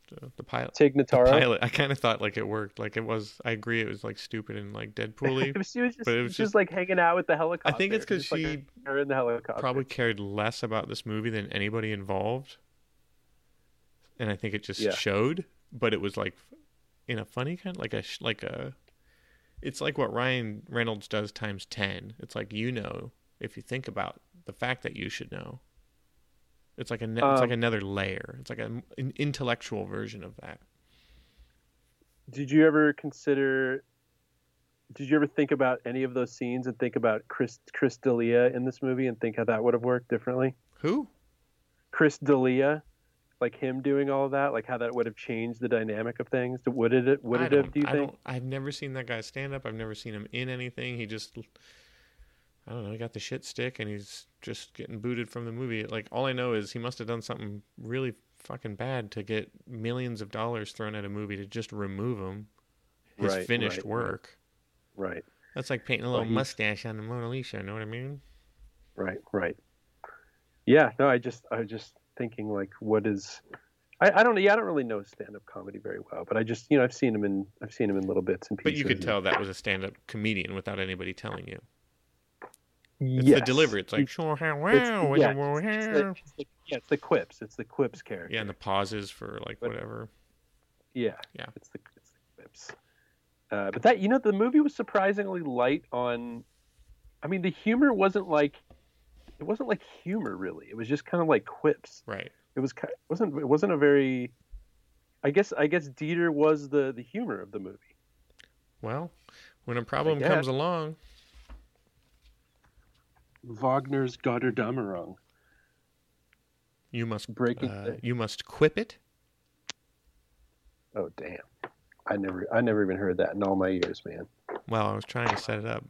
[SPEAKER 2] The, the pilot.
[SPEAKER 1] Tig
[SPEAKER 2] The
[SPEAKER 1] Notaro.
[SPEAKER 2] pilot. I kind of thought like it worked. Like it was. I agree. It was like stupid and like
[SPEAKER 1] (laughs)
[SPEAKER 2] Deadpool-y.
[SPEAKER 1] It was- she was just,
[SPEAKER 2] But it was
[SPEAKER 1] just,
[SPEAKER 2] just-
[SPEAKER 1] like hanging out with the
[SPEAKER 2] I
[SPEAKER 1] helicopter.
[SPEAKER 2] think it's because
[SPEAKER 1] Just, like,
[SPEAKER 2] she
[SPEAKER 1] her in the helicopter.
[SPEAKER 2] probably cared less about this movie than anybody involved, and I think it just
[SPEAKER 1] Yeah.
[SPEAKER 2] showed. But it was like in a funny kind, like a sh- like a. It's like what Ryan Reynolds does times ten. It's like you know if you think about the fact that you should know. It's like a ne- it's like
[SPEAKER 1] Um,
[SPEAKER 2] another layer. It's like a, an intellectual version of that.
[SPEAKER 1] Did you ever consider? Did you ever think about any of those scenes and think about Chris Chris D'Elia in this movie and think how that would have worked differently?
[SPEAKER 2] Who?
[SPEAKER 1] Chris D'Elia, like him doing all of that, like how that would have changed the dynamic of things. Would it? Would
[SPEAKER 2] I
[SPEAKER 1] it have?
[SPEAKER 2] don't-
[SPEAKER 1] Do you
[SPEAKER 2] I
[SPEAKER 1] think?
[SPEAKER 2] Don't, I've never seen that guy stand up. I've never seen him in anything. He just, I don't know. He got the shit stick, and he's just getting booted from the movie. Like all I know is he must have done something really fucking bad to get millions of dollars thrown at a movie to just remove him. His
[SPEAKER 1] Right,
[SPEAKER 2] finished
[SPEAKER 1] right, right.
[SPEAKER 2] work.
[SPEAKER 1] Right,
[SPEAKER 2] That's like painting a
[SPEAKER 1] Well,
[SPEAKER 2] little
[SPEAKER 1] he-
[SPEAKER 2] mustache on the Mona Lisa. You know what I mean?
[SPEAKER 1] right, right. Yeah. No, I just I was just thinking like, what is? I, I don't. Yeah, I don't really know stand up comedy very well, but I just you know I've seen him in I've seen him in little bits and pieces.
[SPEAKER 2] But you could tell that was a stand-up comedian without anybody telling you. It's
[SPEAKER 1] Yes.
[SPEAKER 2] the delivery. It's like
[SPEAKER 1] He-
[SPEAKER 2] sure, how
[SPEAKER 1] it's-
[SPEAKER 2] wow,
[SPEAKER 1] yeah,
[SPEAKER 2] wow,
[SPEAKER 1] it's the,
[SPEAKER 2] wow."
[SPEAKER 1] it's the- yeah, it's the quips. It's the quips character.
[SPEAKER 2] yeah, and the pauses for like
[SPEAKER 1] But-
[SPEAKER 2] whatever.
[SPEAKER 1] Yeah.
[SPEAKER 2] Yeah.
[SPEAKER 1] It's the, it's the quips. Uh, but that, you know, the movie was surprisingly light on. I mean, the humor wasn't like. It wasn't like humor, really. It was just kind of like quips.
[SPEAKER 2] Right.
[SPEAKER 1] It was kind. It wasn't. It wasn't a very. I guess. I guess Dieter was the the humor of the movie.
[SPEAKER 2] Well, when a problem
[SPEAKER 1] guess.
[SPEAKER 2] comes along,
[SPEAKER 1] Wagner's er Gotterdammerung.
[SPEAKER 2] You must
[SPEAKER 1] Break it
[SPEAKER 2] Uh,
[SPEAKER 1] down.
[SPEAKER 2] you must quip it.
[SPEAKER 1] Oh damn. I never I never even heard that in all my years, man.
[SPEAKER 2] Well, I was trying to set it up.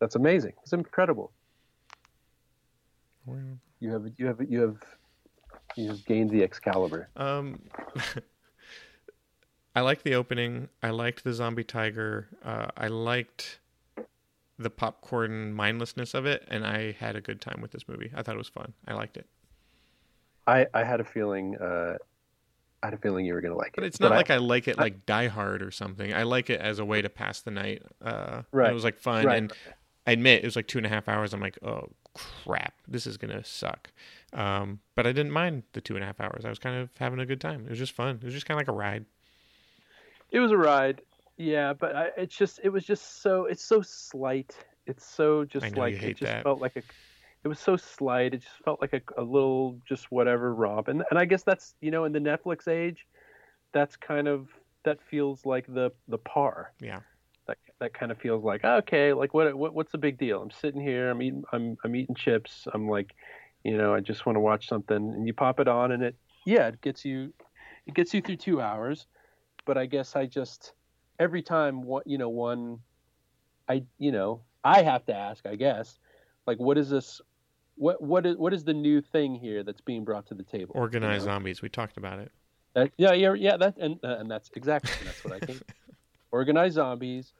[SPEAKER 1] That's amazing. It's incredible.
[SPEAKER 2] Where-
[SPEAKER 1] You have you have you have you have gained the Excalibur.
[SPEAKER 2] Um, (laughs) I liked the opening. I liked the zombie tiger. Uh, I liked the popcorn mindlessness of it, and I had a good time with this movie. I thought it was fun. I liked it,
[SPEAKER 1] I, I had a feeling uh, I had a feeling you were gonna like it.
[SPEAKER 2] but it's not
[SPEAKER 1] I-
[SPEAKER 2] like I, like it like Die Hard or something. I like it as a way to pass the night. Uh, and
[SPEAKER 1] Right.
[SPEAKER 2] It was like fun,
[SPEAKER 1] Right.
[SPEAKER 2] and I admit it was like two and a half hours. I'm like, oh crap, this is gonna suck. Um, but I didn't mind the two and a half hours. I was kind of having a good time. It was just fun. It was just kind of like a ride.
[SPEAKER 1] it was a ride, yeah. But I, it's just it was just so it's so slight. It's so just
[SPEAKER 2] I know
[SPEAKER 1] like
[SPEAKER 2] you
[SPEAKER 1] it
[SPEAKER 2] hate
[SPEAKER 1] just
[SPEAKER 2] that.
[SPEAKER 1] felt like a. It was so slight. It just felt like a, a little just whatever romp, and and I guess that's you know in the Netflix age, that's kind of that feels like the the par.
[SPEAKER 2] Yeah.
[SPEAKER 1] that that kind of feels like okay, like what, what what's the big deal? I'm sitting here, I'm eating, I'm I'm eating chips. I'm like, you know, I just want to watch something, and you pop it on, and it yeah, it gets you, it gets you through two hours, but I guess I just every time what you know one, I you know I have to ask I guess, like what is this, what what is what is the new thing here that's being brought to the table?
[SPEAKER 2] Organized
[SPEAKER 1] You know?
[SPEAKER 2] zombies. We talked about it.
[SPEAKER 1] That, yeah, yeah, yeah. That and uh, and that's exactly that's what I
[SPEAKER 2] (laughs)
[SPEAKER 1] think. Organized zombies,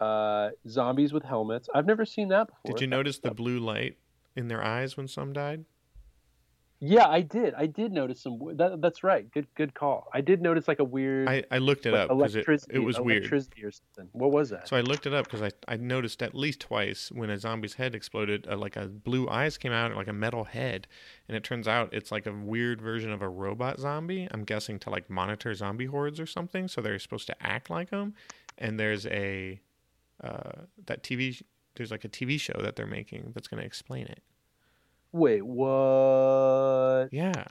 [SPEAKER 1] uh, zombies with helmets. I've never seen that before.
[SPEAKER 2] Did you notice the blue light in their eyes when some died?
[SPEAKER 1] Yeah, I did. I did notice some. w- That, that's right. Good, good call. I did notice like a weird
[SPEAKER 2] I, I looked it
[SPEAKER 1] like,
[SPEAKER 2] up because it,
[SPEAKER 1] electricity.
[SPEAKER 2] it was weird.
[SPEAKER 1] electricity or something. What was that?
[SPEAKER 2] So I looked it up because I, I noticed at least twice when a zombie's head exploded, uh, like a blue eyes came out, like a metal head. And it turns out it's like a weird version of a robot zombie. I'm guessing to like monitor zombie hordes or something. So they're supposed to act like them. And there's a, uh, that TV, sh- there's like a TV show that they're making that's going to explain it.
[SPEAKER 1] Wait, what?
[SPEAKER 2] Yeah.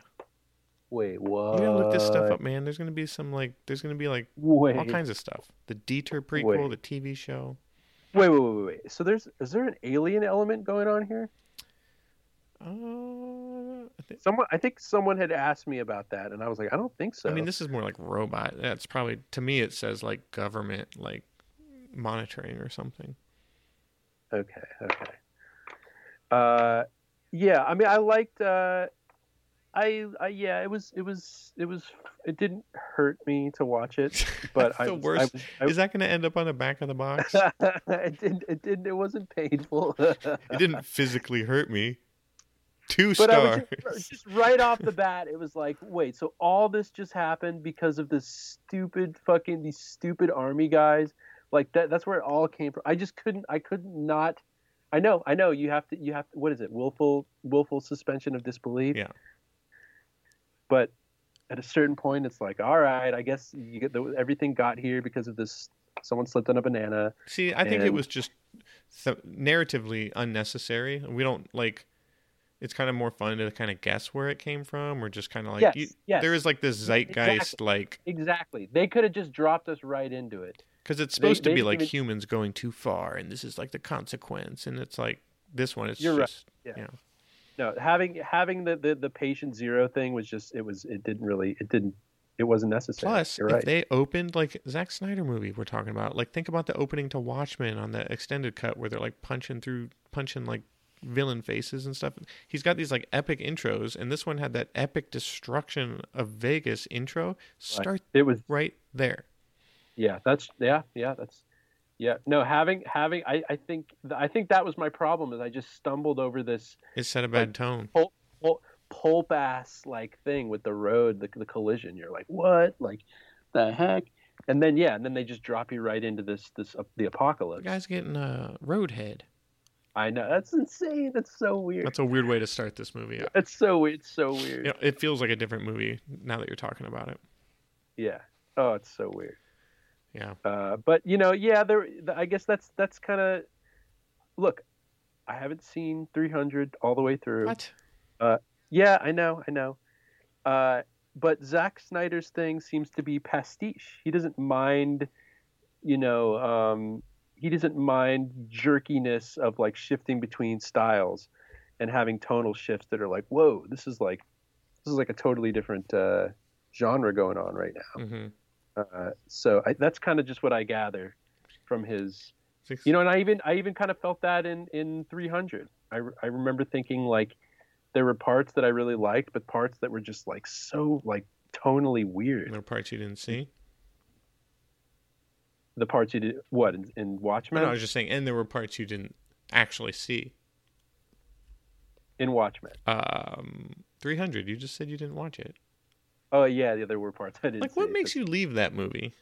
[SPEAKER 1] Wait, what?
[SPEAKER 2] You gotta look this stuff up, man. There's going to be some like, there's going to be like,
[SPEAKER 1] Wait,
[SPEAKER 2] all
[SPEAKER 1] wait,
[SPEAKER 2] kinds of stuff. The Deter
[SPEAKER 1] Wait.
[SPEAKER 2] prequel, the TV show.
[SPEAKER 1] wait, wait, wait, wait. So there's is there an alien element going on here?
[SPEAKER 2] Uh, I thi-
[SPEAKER 1] Someone, I think someone had asked me about that, and I was like, I don't think so.
[SPEAKER 2] I mean, this is more like robot. That's probably to me. It says like government, like monitoring or something.
[SPEAKER 1] Okay, okay. Uh, yeah, I mean, I liked. Uh, I, I yeah, it was it was it was it didn't hurt me to watch
[SPEAKER 2] (laughs)
[SPEAKER 1] it, but
[SPEAKER 2] That's
[SPEAKER 1] I
[SPEAKER 2] the
[SPEAKER 1] was-
[SPEAKER 2] worst.
[SPEAKER 1] I was,
[SPEAKER 2] is that going to end up on the back of
[SPEAKER 1] (laughs)
[SPEAKER 2] the box?
[SPEAKER 1] I was, (laughs) it didn't it didn't it wasn't painful. (laughs)
[SPEAKER 2] it didn't physically hurt me. Two
[SPEAKER 1] But I
[SPEAKER 2] stars.
[SPEAKER 1] was just, just right off the bat, it was like, wait, so all this just happened because of this stupid fucking these stupid army guys. Like that that's where it all came from. I just couldn't I could not I know, I know you have to you have to what is it? Willful willful suspension of disbelief.
[SPEAKER 2] Yeah.
[SPEAKER 1] But at a certain point it's like, all right, I guess you get the, everything got here because of this someone slipped on a banana.
[SPEAKER 2] See, I think it
[SPEAKER 1] And-
[SPEAKER 2] was just th- narratively unnecessary. We don't like. It's kind of more fun to kind of guess where it came from, or just kind of like
[SPEAKER 1] yes,
[SPEAKER 2] you,
[SPEAKER 1] yes.
[SPEAKER 2] there is like this zeitgeist, like
[SPEAKER 1] exactly. They could have just dropped us right into it.
[SPEAKER 2] Because it's
[SPEAKER 1] They-
[SPEAKER 2] supposed to
[SPEAKER 1] they
[SPEAKER 2] be
[SPEAKER 1] didn't
[SPEAKER 2] like
[SPEAKER 1] even-
[SPEAKER 2] humans going too far, and this is like the consequence, and it's like this one. It's
[SPEAKER 1] You're right.
[SPEAKER 2] just
[SPEAKER 1] no having having the, the the patient zero thing was just it was it didn't really it didn't it wasn't necessary
[SPEAKER 2] plus
[SPEAKER 1] you're
[SPEAKER 2] if
[SPEAKER 1] right
[SPEAKER 2] they opened like Zack Snyder movie we're talking about, like think about the opening to Watchmen on the extended cut where they're like punching through punching like villain faces and stuff. He's got these like epic intros, and this one had that epic destruction of Vegas intro. Start
[SPEAKER 1] it was
[SPEAKER 2] right there.
[SPEAKER 1] yeah that's yeah yeah that's yeah no having having i i think i think that was my problem is i just stumbled over this
[SPEAKER 2] It set a bad tone.
[SPEAKER 1] pulp ass like thing with the road the, the collision you're like what like the heck and then yeah and then they just drop you right into this this uh, the
[SPEAKER 2] The
[SPEAKER 1] apocalypse
[SPEAKER 2] guy's getting a uh, roadhead.
[SPEAKER 1] i know that's insane that's so weird
[SPEAKER 2] That's a weird way to start this movie.
[SPEAKER 1] that's so weird it's so weird
[SPEAKER 2] It- It feels like a different movie now that you're talking about it.
[SPEAKER 1] yeah oh it's so weird
[SPEAKER 2] Yeah.
[SPEAKER 1] Uh, but you know, yeah, there. I guess that's that's kind of. Look, I haven't seen 300 all the way through.
[SPEAKER 2] What?
[SPEAKER 1] Yeah, I know, I know. Uh, but Zack Snyder's thing seems to be pastiche. He doesn't mind, you know. Um, he doesn't mind jerkiness of like shifting between styles and having tonal shifts that are like, whoa, this is like this is like a totally different uh, genre going on right now.
[SPEAKER 2] Mm-hmm.
[SPEAKER 1] Uh, so I, that's kind of just what I gather from his
[SPEAKER 2] Six-
[SPEAKER 1] you know and i even i even kind of felt that in in 300 i, re- I remember thinking like there were parts that i really liked but parts that were just like so like tonally weird
[SPEAKER 2] there are parts you didn't see.
[SPEAKER 1] the parts you did what in, in
[SPEAKER 2] No,
[SPEAKER 1] watchmen
[SPEAKER 2] I was just saying, and there were parts you didn't actually see.
[SPEAKER 1] in watchmen
[SPEAKER 2] Um, 300. You just said you didn't watch it.
[SPEAKER 1] oh yeah yeah, there were parts i didn't
[SPEAKER 2] Like, what
[SPEAKER 1] see,
[SPEAKER 2] makes you leave that movie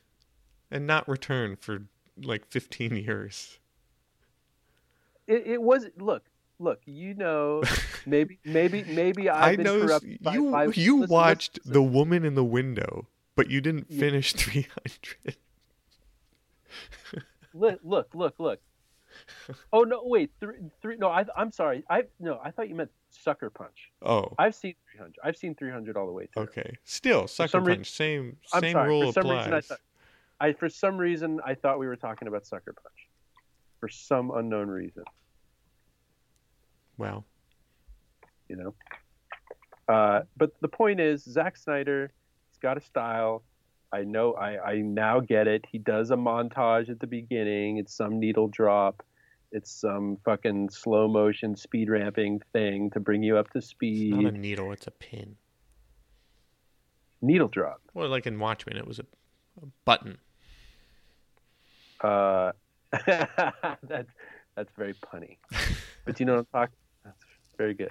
[SPEAKER 2] and not return for like 15 years?
[SPEAKER 1] but it, it was look look you
[SPEAKER 2] (laughs)
[SPEAKER 1] know maybe maybe maybe I've
[SPEAKER 2] I
[SPEAKER 1] been
[SPEAKER 2] know s-
[SPEAKER 1] corrupted by-
[SPEAKER 2] you.
[SPEAKER 1] by-
[SPEAKER 2] you
[SPEAKER 1] listen,
[SPEAKER 2] watched
[SPEAKER 1] listen,
[SPEAKER 2] The Woman in the Window, but you didn't
[SPEAKER 1] Yeah.
[SPEAKER 2] finish (laughs) 300.
[SPEAKER 1] li- look look
[SPEAKER 2] (laughs)
[SPEAKER 1] look oh no wait three three no I, i'm sorry i no i thought you meant sucker punch
[SPEAKER 2] Oh,
[SPEAKER 1] i've seen 300 i've seen 300 all the way through
[SPEAKER 2] okay. Still, sucker
[SPEAKER 1] some
[SPEAKER 2] punch.
[SPEAKER 1] rea-
[SPEAKER 2] same
[SPEAKER 1] I'm
[SPEAKER 2] same
[SPEAKER 1] sorry,
[SPEAKER 2] rule
[SPEAKER 1] for some reason I
[SPEAKER 2] applies.
[SPEAKER 1] thought- I for some reason I thought we were talking about Sucker Punch, for some unknown reason.
[SPEAKER 2] Wow.
[SPEAKER 1] You know, uh, but the point is Zack Snyder, he's got a style. I know. I, I now get it. He does a montage at the beginning. It's some needle drop. It's some fucking slow motion speed ramping thing to bring you up to
[SPEAKER 2] It's not a
[SPEAKER 1] speed.
[SPEAKER 2] needle. It's a pin.
[SPEAKER 1] Needle drop.
[SPEAKER 2] Well, like in Watchmen, it was a, a button.
[SPEAKER 1] Uh, (laughs) that's that's very
[SPEAKER 2] (laughs)
[SPEAKER 1] punny. But you know what I'm talking. That's very good.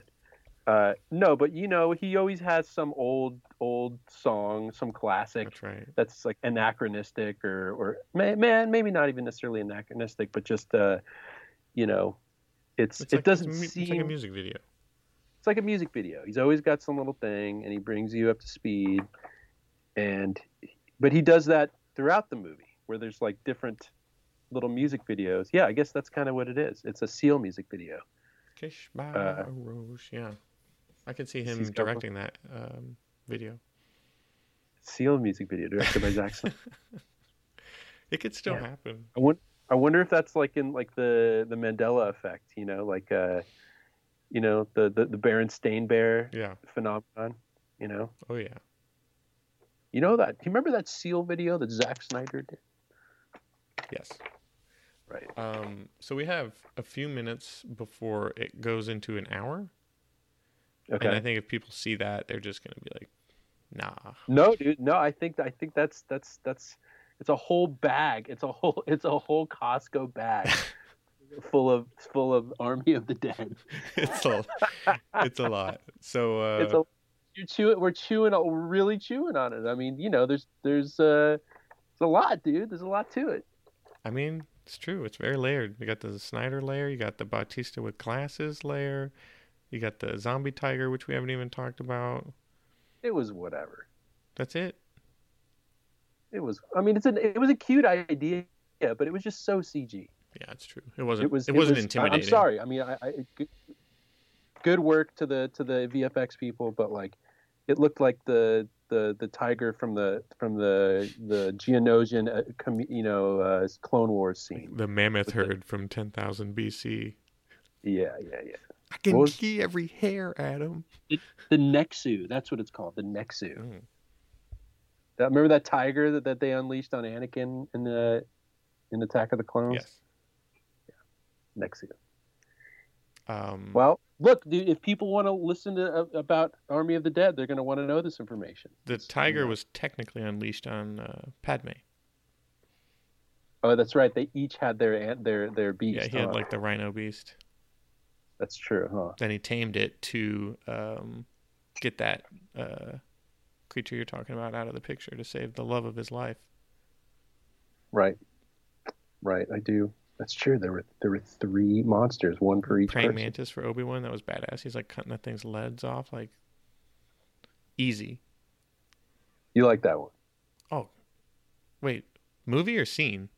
[SPEAKER 1] Uh, no, but you know he always has some old old song, some classic
[SPEAKER 2] That's right.
[SPEAKER 1] that's like anachronistic or or ma- man maybe not even necessarily anachronistic, but just uh, you know, it's,
[SPEAKER 2] It's
[SPEAKER 1] it
[SPEAKER 2] like- it's
[SPEAKER 1] doesn't
[SPEAKER 2] a mu-
[SPEAKER 1] seem
[SPEAKER 2] It's like a music video.
[SPEAKER 1] it's like a music video. He's always got some little thing, and he brings you up to speed. And but he does that throughout the movie, where there's like different little music videos. Yeah, I guess that's kind of what it is. It's a Seal music video.
[SPEAKER 2] Kiss by
[SPEAKER 1] Uh,
[SPEAKER 2] a rose. Yeah, I could see
[SPEAKER 1] This
[SPEAKER 2] him
[SPEAKER 1] is Gumbo.
[SPEAKER 2] directing that um, video.
[SPEAKER 1] Seal music video directed by Zack Snyder.
[SPEAKER 2] It could still
[SPEAKER 1] Yeah.
[SPEAKER 2] happen.
[SPEAKER 1] I wonder, I wonder if that's like in like the the Mandela effect. You know, like uh, you know the the, the Baron Stain bear
[SPEAKER 2] Yeah.
[SPEAKER 1] phenomenon. You know,
[SPEAKER 2] Oh yeah.
[SPEAKER 1] you know that. You remember that Seal video that Zack Snyder did?
[SPEAKER 2] Yes.
[SPEAKER 1] Right.
[SPEAKER 2] Um, so we have a few minutes before it goes into an hour,
[SPEAKER 1] Okay.
[SPEAKER 2] and I think if people see that, they're just gonna be like, "Nah." (laughs)
[SPEAKER 1] No, dude. No, I think I think that's that's that's it's a whole bag. It's a whole (laughs) it's a whole Costco bag full of full of Army of the Dead.
[SPEAKER 2] it's a, it's a lot. So uh,
[SPEAKER 1] It's a you're chewing. We're chewing. We're really chewing on it. I mean, you know, there's there's uh, it's a lot, dude. There's a lot to it.
[SPEAKER 2] I mean, it's true. It's very layered. You got the Snyder layer, you got the Bautista with glasses layer, you got the zombie tiger, which we haven't even talked about.
[SPEAKER 1] It was whatever.
[SPEAKER 2] That's it.
[SPEAKER 1] It was. I mean, it's an it was a cute idea, but it was just so CG.
[SPEAKER 2] Yeah, it's true. It wasn't.
[SPEAKER 1] It was.
[SPEAKER 2] It, wasn't
[SPEAKER 1] was- I-
[SPEAKER 2] intimidating.
[SPEAKER 1] I'm sorry. I mean, I, I good, good work to the to the VFX people, but like, it looked like the the the tiger from the from the the Geonosian, uh, com, you know, uh, Clone Wars scene.
[SPEAKER 2] The mammoth
[SPEAKER 1] With the-
[SPEAKER 2] herd from 10,000 BC.
[SPEAKER 1] Yeah, yeah, yeah.
[SPEAKER 2] I can
[SPEAKER 1] was-
[SPEAKER 2] see every hair, Adam.
[SPEAKER 1] The Nexu. That's what it's called. The Nexu.
[SPEAKER 2] Mm.
[SPEAKER 1] That, remember that tiger that, that they unleashed on Anakin in the in Attack of the Clones.
[SPEAKER 2] Yes. Hmm.
[SPEAKER 1] Nexu.
[SPEAKER 2] Um,
[SPEAKER 1] Well, look, dude. If people want to listen to uh, about Army of the Dead, they're going to want to know this information.
[SPEAKER 2] the
[SPEAKER 1] it's-
[SPEAKER 2] tiger
[SPEAKER 1] yeah.
[SPEAKER 2] was technically unleashed on uh, Padme.
[SPEAKER 1] Oh, that's right. They each had their ant, their their beast.
[SPEAKER 2] Yeah, he had
[SPEAKER 1] huh?
[SPEAKER 2] like the rhino beast.
[SPEAKER 1] that's true, huh?
[SPEAKER 2] Then he tamed it to um, get that uh, creature you're talking about out of the picture to save the love of his life.
[SPEAKER 1] Right, right. I do. That's true. There were there were three monsters, one for each
[SPEAKER 2] praying
[SPEAKER 1] person.
[SPEAKER 2] mantis for Obi Wan. That was badass. He's like cutting that thing's legs off, like easy.
[SPEAKER 1] You like that one?
[SPEAKER 2] Oh, wait, movie or scene?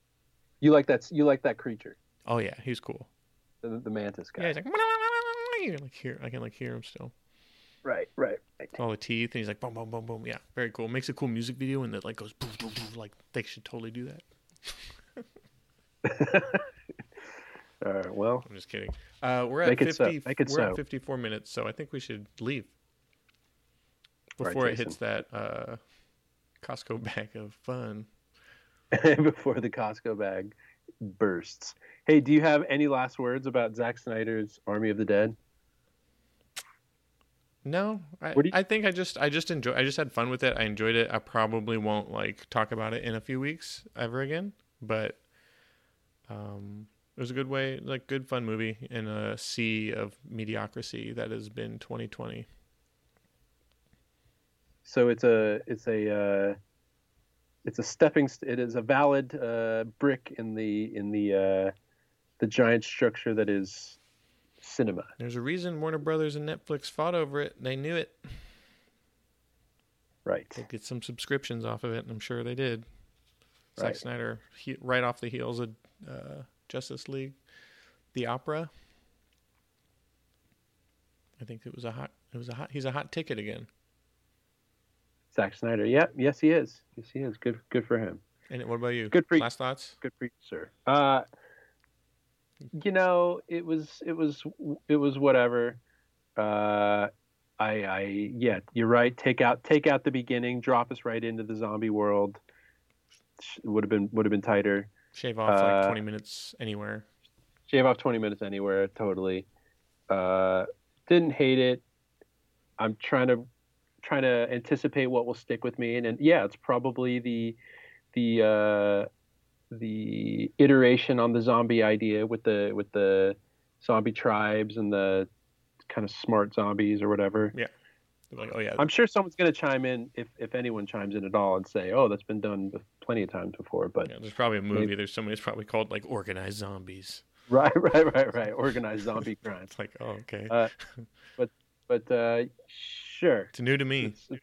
[SPEAKER 1] You like that? You like that creature,
[SPEAKER 2] Oh yeah, he's cool.
[SPEAKER 1] the, the mantis guy?
[SPEAKER 2] Yeah, he's like, you can, like hear, I can like hear him still.
[SPEAKER 1] right, right, right.
[SPEAKER 2] All the teeth, and he's like, boom, boom, boom, boom. Yeah, very cool. Makes a cool music video, and it like goes, boom, boom, boom. like they should totally do that.
[SPEAKER 1] All right. Well, (laughs)
[SPEAKER 2] I'm just kidding. Uh, we're at
[SPEAKER 1] Make it so.
[SPEAKER 2] 50,
[SPEAKER 1] Make it
[SPEAKER 2] we're
[SPEAKER 1] so.
[SPEAKER 2] at 54 minutes, so I think we should leave
[SPEAKER 1] Right,
[SPEAKER 2] before it hits that uh, Costco (laughs) bag of fun.
[SPEAKER 1] before the Costco bag bursts. Hey, do you have any last words about Zack Snyder's Army of the Dead?
[SPEAKER 2] No, I,
[SPEAKER 1] What do you-
[SPEAKER 2] I think I just I just enjoy I just had fun with it. I enjoyed it. I probably won't like talk about it in a few weeks ever again, but um, it was a good way, like good fun movie in a sea of mediocrity that has been 2020.
[SPEAKER 1] So it's a it's a uh, it's a stepping. St- it is a valid uh, brick in the in the uh, the giant structure that is cinema.
[SPEAKER 2] There's a reason Warner Brothers and Netflix fought over it. They knew it.
[SPEAKER 1] Right.
[SPEAKER 2] They get some subscriptions off of it, and I'm sure they did. Zack
[SPEAKER 1] Right.
[SPEAKER 2] Snyder, he, right off the heels of uh, Justice League, the opera. I think it was a hot. It was a hot. He's a hot ticket again,
[SPEAKER 1] Zack Snyder. Yeah. Yes, he is. Yes, he is. Good. Good for him.
[SPEAKER 2] And what about you?
[SPEAKER 1] Good for you.
[SPEAKER 2] Last thoughts?
[SPEAKER 1] Good for you, sir. Uh, you know, it was it was it was whatever. Uh, I, I yeah, you're right. Take out take out the beginning. Drop us right into the zombie world. Would have been would have been tighter.
[SPEAKER 2] Shave off like
[SPEAKER 1] Uh,
[SPEAKER 2] 20 minutes anywhere.
[SPEAKER 1] shave off 20 minutes anywhere totally uh didn't hate it i'm trying to trying to anticipate what will stick with me and, and yeah it's probably the the uh the iteration on the zombie idea with the with the zombie tribes and the kind of smart zombies or whatever
[SPEAKER 2] Like, oh yeah,
[SPEAKER 1] i'm sure someone's going to chime in if if anyone chimes in at all and say oh that's been done plenty of times before but
[SPEAKER 2] yeah, there's probably a movie. There's somebody. It's probably called like Organized Zombies.
[SPEAKER 1] (laughs) right right right right organized zombie (laughs) crime
[SPEAKER 2] It's like, oh okay,
[SPEAKER 1] Uh, but uh sure
[SPEAKER 2] it's new to me.
[SPEAKER 1] it's, it's-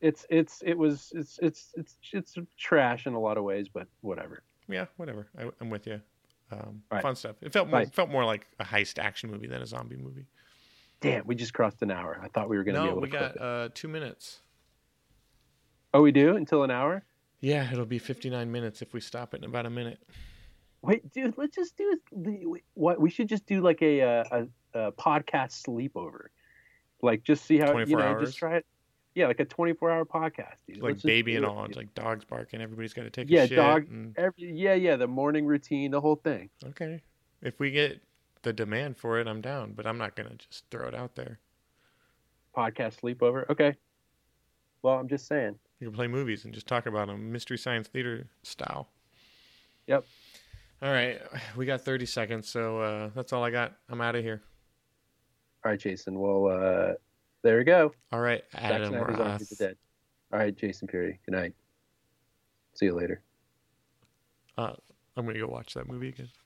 [SPEAKER 1] it's it's it was it's it's it's it's trash in a lot of ways, but whatever.
[SPEAKER 2] Yeah, whatever. I, I'm with you. Um,
[SPEAKER 1] All right.
[SPEAKER 2] Fun stuff. It felt more,
[SPEAKER 1] Bye.
[SPEAKER 2] felt more like a heist action movie than a zombie movie.
[SPEAKER 1] Damn, we just crossed an hour. I thought we were gonna be
[SPEAKER 2] No,
[SPEAKER 1] able
[SPEAKER 2] we
[SPEAKER 1] to. clip
[SPEAKER 2] got
[SPEAKER 1] it.
[SPEAKER 2] uh, two minutes.
[SPEAKER 1] oh, we do until an hour.
[SPEAKER 2] Yeah, it'll be 59 minutes if we stop it in about a minute.
[SPEAKER 1] Wait, dude, let's just do the what we should just do like a a, a, a podcast sleepover, like just see how
[SPEAKER 2] 24
[SPEAKER 1] you know
[SPEAKER 2] hours?
[SPEAKER 1] just try it. Yeah, like a twenty-four hour podcast. dude.
[SPEAKER 2] Like
[SPEAKER 1] Let's just
[SPEAKER 2] baby
[SPEAKER 1] do
[SPEAKER 2] and
[SPEAKER 1] it,
[SPEAKER 2] all,
[SPEAKER 1] dude.
[SPEAKER 2] it's like dogs barking. Everybody's got to take
[SPEAKER 1] Yeah,
[SPEAKER 2] a shit.
[SPEAKER 1] dog-
[SPEAKER 2] and-
[SPEAKER 1] Every, yeah, yeah, the morning routine, the whole thing.
[SPEAKER 2] okay, if we get the demand for it, I'm down. But I'm not gonna just throw it out there.
[SPEAKER 1] Podcast sleepover. Okay. Well, I'm just saying.
[SPEAKER 2] You can play movies and just talk about them, mystery science theater style.
[SPEAKER 1] Yep.
[SPEAKER 2] All right, we got 30 seconds, so uh, that's all I got. I'm out of here.
[SPEAKER 1] All right, Jason. Well, uh, there we go.
[SPEAKER 2] All right,
[SPEAKER 1] Zack
[SPEAKER 2] Adam
[SPEAKER 1] Snyder's Army of
[SPEAKER 2] Roth.
[SPEAKER 1] the Dead. All right, Jason Fury. Good night. See you later.
[SPEAKER 2] I'm gonna go watch that movie again.